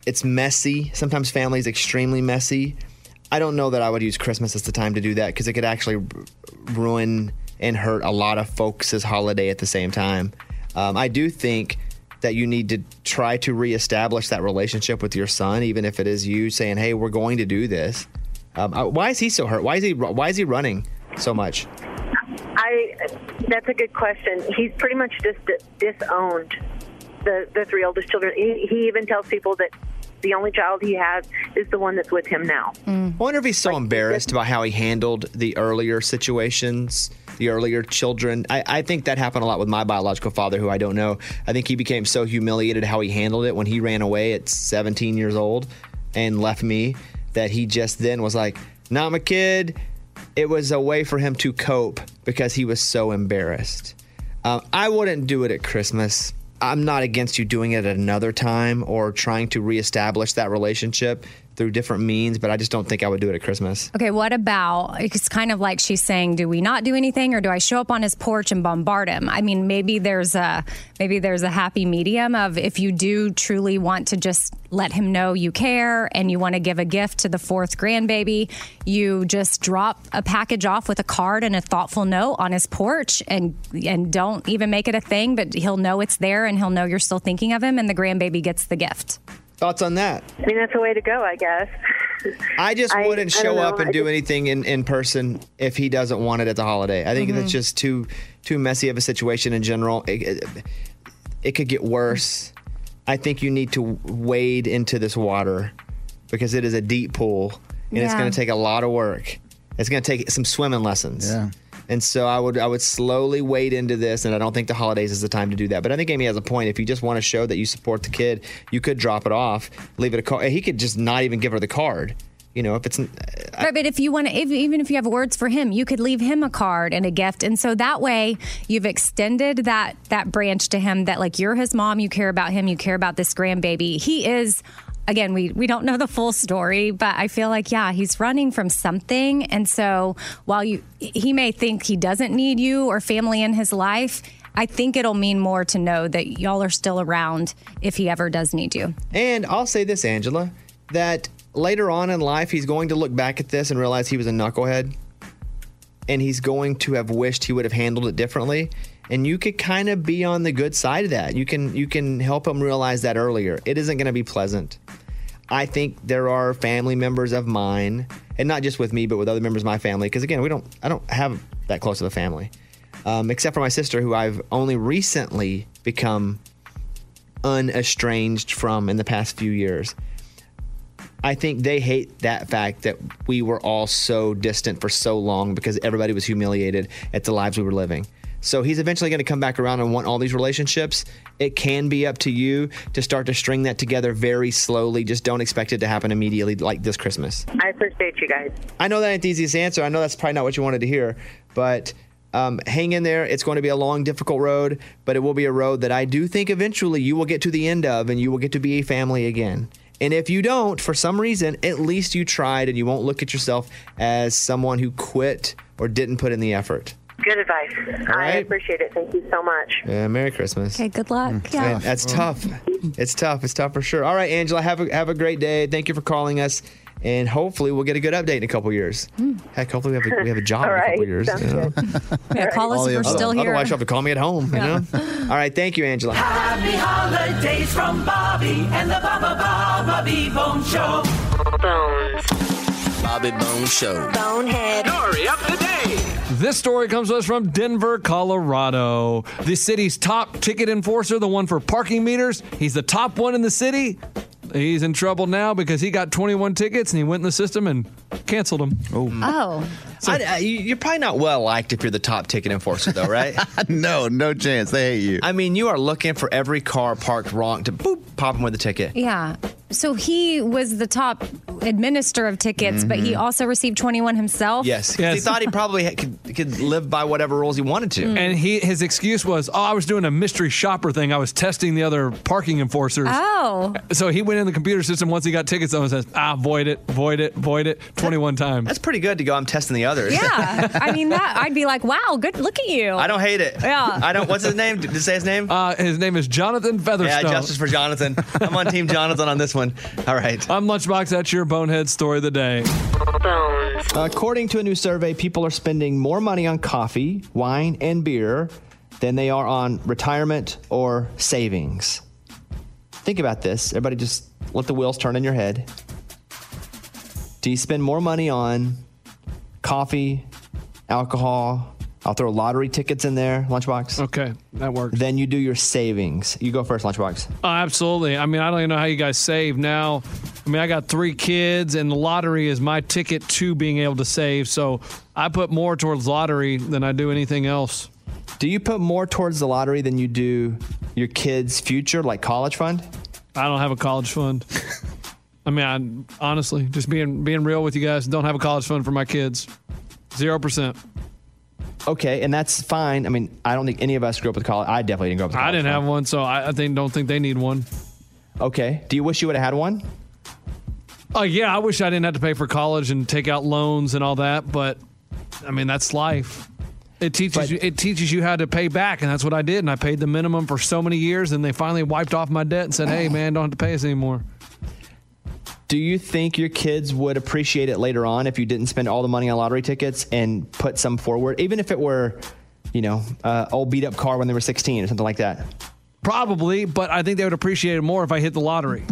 Speaker 1: It's messy. Sometimes family is extremely messy. I don't know that I would use Christmas as the time to do that because it could actually r- ruin and hurt a lot of folks' holiday at the same time. Um, I do think that you need to try to reestablish that relationship with your son, even if it is you saying, "Hey, we're going to do this." Um, uh, why is he so hurt? Why is he? Why is he running so much?
Speaker 21: I. That's a good question. He's pretty much just disowned the the three oldest children. He, he even tells people that the only child he has is the one that's with him now.
Speaker 1: I wonder if he's so embarrassed about how he handled the earlier situations, the earlier children. I, I think that happened a lot with my biological father, who I don't know. I think he became so humiliated how he handled it when he ran away at 17 years old and left me that he just then was like, "Now I'm a kid." It was a way for him to cope because he was so embarrassed. Um, I wouldn't do it at Christmas. I'm not against you doing it at another time or trying to reestablish that relationship through different means, but I just don't think I would do it at Christmas.
Speaker 4: Okay, what about it's kind of like she's saying, do we not do anything or do I show up on his porch and bombard him? I mean, maybe there's a maybe there's a happy medium of if you do truly want to just let him know you care and you want to give a gift to the fourth grandbaby, you just drop a package off with a card and a thoughtful note on his porch and and don't even make it a thing, but he'll know it's there and he'll know you're still thinking of him and the grandbaby gets the gift.
Speaker 1: Thoughts on that?
Speaker 21: I mean, that's a way to go, I guess.
Speaker 1: I just
Speaker 21: I-
Speaker 1: wouldn't
Speaker 21: I don't
Speaker 1: show up
Speaker 21: know.
Speaker 1: and
Speaker 21: I
Speaker 1: do anything in, in person if he doesn't want it at the holiday. I think
Speaker 21: Mhm.
Speaker 1: that's just too too messy of a situation in general. It, it, it could get worse. I think you need to wade into this water because it is a deep pool and it's
Speaker 22: Yeah.
Speaker 1: going to take a lot of work. It's going to take some swimming lessons. Yeah. And so I would I would slowly wade into this, and I don't think the holidays is the time to do that. But I think Amy has a point. If you just want to show that you support the kid, you could drop it off, leave it a card. He could just not even give her the card You know, if it's n-
Speaker 4: Right, but if you want to, if, even if you have words for him, you could leave him a card and a gift, and so that way you've extended that that branch to him. That like you're his mom, you care about him, you care about this grandbaby. He is, again, we we don't know the full story, but I feel like yeah, he's running from something, and so while you he may think he doesn't need you or family in his life. I think it'll mean more to know that y'all are still around if he ever does need you.
Speaker 1: And I'll say this, Angela, that later on in life, he's going to look back at this and realize he was a knucklehead. And he's going to have wished he would have handled it differently. And you could kind of be on the good side of that. You can you can help him realize that earlier. It isn't going to be pleasant. I think there are family members of mine, and not just with me, but with other members of my family. Because again, we don't I don't have that close of a family, um, except for my sister, who I've only recently become unestranged from in the past few years. I think they hate that fact that we were all so distant for so long because everybody was humiliated at the lives we were living. So he's eventually going to come back around and want all these relationships. It can be up to you to start to string that together very slowly. Just don't expect it to happen immediately like this Christmas.
Speaker 3: I appreciate you guys.
Speaker 1: I know that ain't the easiest answer. I know that's probably not what you wanted to hear, but um, hang in there. It's going to be a long, difficult road, but it will be a road that I do think eventually you will get to the end of and you will get to be a family again. And if you don't, for some reason, at least you tried and you won't look at yourself as someone who quit or didn't put in the effort.
Speaker 3: Good advice. I
Speaker 1: right.
Speaker 3: appreciate it. Thank you so much.
Speaker 1: Yeah, Merry Christmas.
Speaker 4: Okay, good luck.
Speaker 1: Man, that's tough. It's tough. It's tough for sure. All right, Angela, have a, have a great day. Thank you for calling us. And hopefully we'll get a good update in a couple years.
Speaker 4: Hmm.
Speaker 1: Heck, hopefully we have a, we have a job
Speaker 3: All
Speaker 1: in a couple
Speaker 3: right,
Speaker 1: years.
Speaker 3: sounds
Speaker 1: you know?
Speaker 4: Yeah, call us if we're
Speaker 1: Other-
Speaker 4: still here.
Speaker 1: Otherwise, you'll have to call me at home. You know. All right, thank you, Angela.
Speaker 9: Happy holidays from Bobby and the Baba Baba B Bone Show. Bones.
Speaker 2: Bobby Bone Show.
Speaker 9: Bonehead. Story of the day.
Speaker 2: This story comes to us from Denver, Colorado. The city's top ticket enforcer, the one for parking meters, he's the top one in the city. He's in trouble now because he got 21 tickets and he went in the system and canceled them.
Speaker 4: Oh.
Speaker 1: I- I- you- you're probably not well liked if you're the top ticket enforcer, though, right?
Speaker 23: no, no chance. They hate you.
Speaker 1: I mean, you are looking for every car parked wrong to boop pop them with a ticket.
Speaker 4: Yeah. So he was the top administrator of tickets, but he also received 21 himself.
Speaker 1: Mm-hmm. Yes, 'Cause he thought he probably had, could could live by whatever rules he wanted to.
Speaker 2: And he his excuse was, "Oh, I was doing a mystery shopper thing. I was testing the other parking enforcers."
Speaker 1: Ah.
Speaker 4: Oh.
Speaker 2: So he went in the computer system once he got tickets. Someone says, "Ah, void it, void it, void it." 21 times.
Speaker 1: That's pretty good to go. I'm testing the others.
Speaker 4: Yeah. I mean, that I'd be like, wow, good. Look at you.
Speaker 1: I don't hate it.
Speaker 4: Yeah.
Speaker 1: I don't. What's his name? Did it say his name?
Speaker 2: Uh, his name is Jonathan Featherstone.
Speaker 1: Yeah, justice for Jonathan. I'm on Team Jonathan on this one. All right.
Speaker 2: I'm Lunchbox. That's your bonehead story of the day.
Speaker 24: According
Speaker 1: to a new survey, people are spending more money on coffee, wine, and beer than they are on retirement or savings. Think about this. Everybody just let the wheels turn in your head. Do you spend more money on coffee, alcohol? I'll throw lottery tickets in there, Lunchbox.
Speaker 2: Okay, that works.
Speaker 1: Then you do your savings. You go first, Lunchbox.
Speaker 2: Oh, absolutely. I mean, I don't even know how you guys save now. I mean, I got three kids, and the lottery is my ticket to being able to save. So I put more towards lottery than I do anything else.
Speaker 1: Do you put more towards the lottery than you do your kids' future, like college fund?
Speaker 2: I don't have a college fund. I mean, I, honestly, just being being real with you guys, don't have a college fund for my kids. Zero percent.
Speaker 1: Okay, and that's fine. I mean, I don't think any of us grew up with college. I definitely didn't grow up with college.
Speaker 2: I didn't
Speaker 1: fund.
Speaker 2: have one, so I, I think don't think they need one.
Speaker 1: Okay. Do you wish you would have had one?
Speaker 2: Oh yeah, I wish I didn't have to pay for college and take out loans and all that, but I mean that's life. It teaches you it teaches you how to pay back, and that's what I did. And I paid the minimum for so many years, and they finally wiped off my debt and said, "Hey man, don't have to pay us anymore."
Speaker 1: Do you think your kids would appreciate it later on if you didn't spend all the money on lottery tickets and put some forward, even if it were, you know, uh, old beat up car when they were 16 or something like that?
Speaker 2: Probably, but I think they would appreciate it more if I hit the lottery.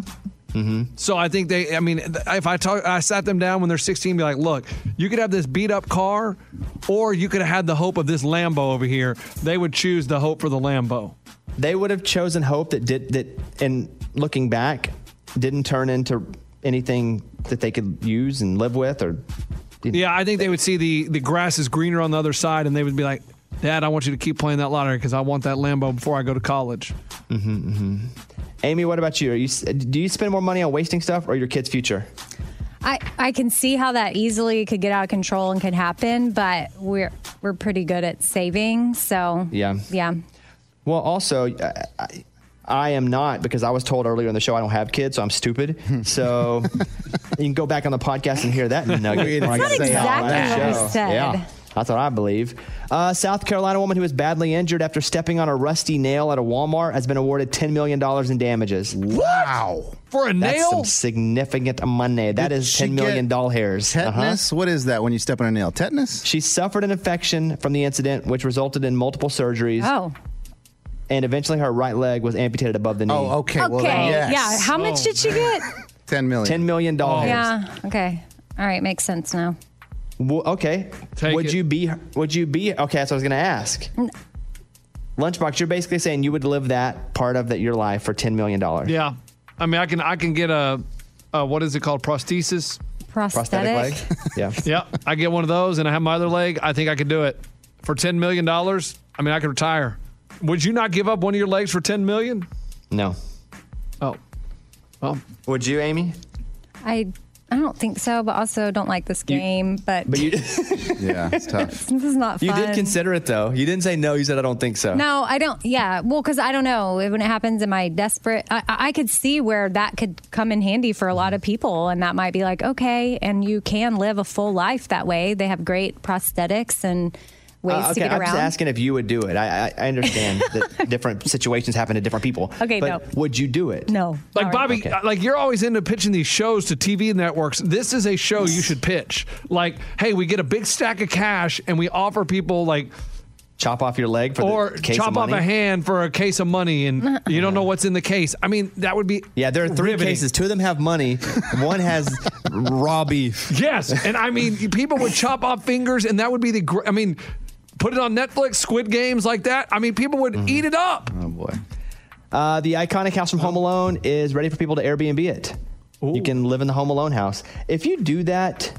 Speaker 1: Mm-hmm.
Speaker 2: So I think they, I mean, th- if I talk, I sat them down when they're 16, be like, look, you could have this beat up car, or you could have had the hope of this Lambo over here. They would choose the hope for the Lambo.
Speaker 1: They would have chosen hope that did that, and looking back, didn't turn into anything that they could use and live with or
Speaker 2: Yeah, I think they would see the the grass is greener on the other side, and they would be like, "Dad, I want you to keep playing that lottery because I want that Lambo before I go to college."
Speaker 1: Mm-hmm, Amy, what about you? Are you s- do you spend more money on wasting stuff or your kids' future?
Speaker 4: I, I can see how that easily could get out of control and could happen, but we're we're pretty good at saving. So
Speaker 1: Yeah.
Speaker 4: yeah.
Speaker 1: Well, also, I, I- I am not because I was told earlier in the show I don't have kids, so I'm stupid. So you can go back on the podcast and hear that nugget.
Speaker 20: We didn't
Speaker 1: from
Speaker 20: That's not
Speaker 1: the top of that
Speaker 20: exactly what we
Speaker 1: show.
Speaker 20: said.
Speaker 1: Yeah. That's what I believe. Uh, South Carolina woman who was badly injured after stepping on a rusty nail at a Walmart has been awarded $10 million in damages. Wow.
Speaker 2: For a
Speaker 1: That's
Speaker 2: nail?
Speaker 1: some significant money. That is $10 million doll hairs. Uh-huh.
Speaker 5: Tetanus? What is that when you step on a nail? Tetanus?
Speaker 1: She suffered an infection from the incident, which resulted in multiple surgeries.
Speaker 4: Oh.
Speaker 1: And eventually her right leg was amputated above the knee.
Speaker 5: Oh, okay.
Speaker 4: Okay. Yeah. How much did
Speaker 1: Oh,
Speaker 4: she get?
Speaker 1: 10 million. 10 million dollars.
Speaker 4: Yeah. Okay. All right. Makes sense now.
Speaker 1: Well, okay. would you be? Would you be? Okay, that's what I was gonna ask. Lunchbox, you're basically saying you would live that part of that your life for ten million dollars.
Speaker 2: Yeah, I mean, I can I can get a, a what is it called prosthesis?
Speaker 4: Prosthetic.
Speaker 1: yeah.
Speaker 2: yeah. I get one of those, and I have my other leg. I think I could do it for ten million dollars. I mean, I could retire. Would you not give up one of your legs for ten million?
Speaker 1: No.
Speaker 2: Oh. Well.
Speaker 1: Would you, Amy?
Speaker 4: I I don't think so, but also don't like this game. But
Speaker 1: But you. yeah, it's tough.
Speaker 4: this is not Uh, fun.
Speaker 1: You did consider it though. You didn't say no. You said I don't think so. Uh,
Speaker 4: No, I don't. Yeah, well, because I don't know when it happens. Am I desperate? I, I I could see where that could come in handy for a lot of people, and that might be like okay, and you can live a full life that way. They have great prosthetics and ways
Speaker 1: Uh,
Speaker 4: to
Speaker 1: okay,
Speaker 4: get
Speaker 1: I'm
Speaker 4: around.
Speaker 1: just asking if you would do it. I I, I understand that different situations happen to different people.
Speaker 4: Okay,
Speaker 1: but
Speaker 4: no.
Speaker 1: Would you do it?
Speaker 4: No.
Speaker 2: Like Bobby, like you're always into pitching these shows to TV networks. This is a show you should pitch. Like, hey, we get a big stack of cash and we offer people like
Speaker 1: chop off your leg for the
Speaker 2: or
Speaker 1: case of
Speaker 2: chop off
Speaker 1: money?
Speaker 2: a hand for a case of money, and you don't know what's in the case. I mean, that would be
Speaker 1: yeah. There are three
Speaker 2: riveting.
Speaker 1: cases. Two of them have money. One has raw beef.
Speaker 2: Yes, and I mean, people would chop off fingers, and that would be the. Gr- I mean, put it on Netflix, Squid Games, like that. I mean, people would eat it up.
Speaker 1: Oh boy. Uh, the iconic house from Home Alone is ready for people to Airbnb it. You can live in the Home Alone house. If you do that,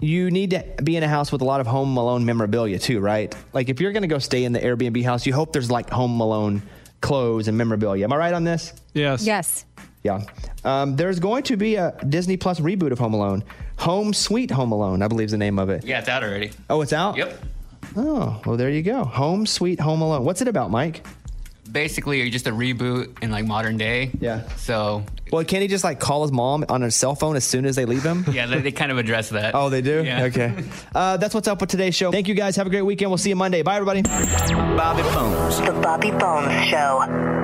Speaker 1: you need to be in a house with a lot of Home Alone memorabilia too, right? Like if you're going to go stay in the Airbnb house, you hope there's like Home Alone clothes and memorabilia. Am I right on this?
Speaker 2: Yes.
Speaker 4: Yes.
Speaker 1: Yeah. Um, there's going to be a Disney Plus reboot of Home Alone. Home Sweet Home Alone, I believe is the name of it.
Speaker 3: You got that already.
Speaker 1: Oh, it's out?
Speaker 3: Yep.
Speaker 1: Oh, well, there you go. Home Sweet Home Alone. What's it about, Mike?
Speaker 3: Basically, you're just a reboot in like modern day. Yeah. So
Speaker 1: Well, can't he just like call his mom on her cell phone as soon as they leave him?
Speaker 3: yeah, they, they kind of address that.
Speaker 1: Oh, they do?
Speaker 3: Yeah.
Speaker 1: Okay. Uh, that's what's up with today's show. Thank you guys. Have a great weekend. We'll see you Monday. Bye, everybody.
Speaker 10: Bobby Bones. The Bobby Bones Show.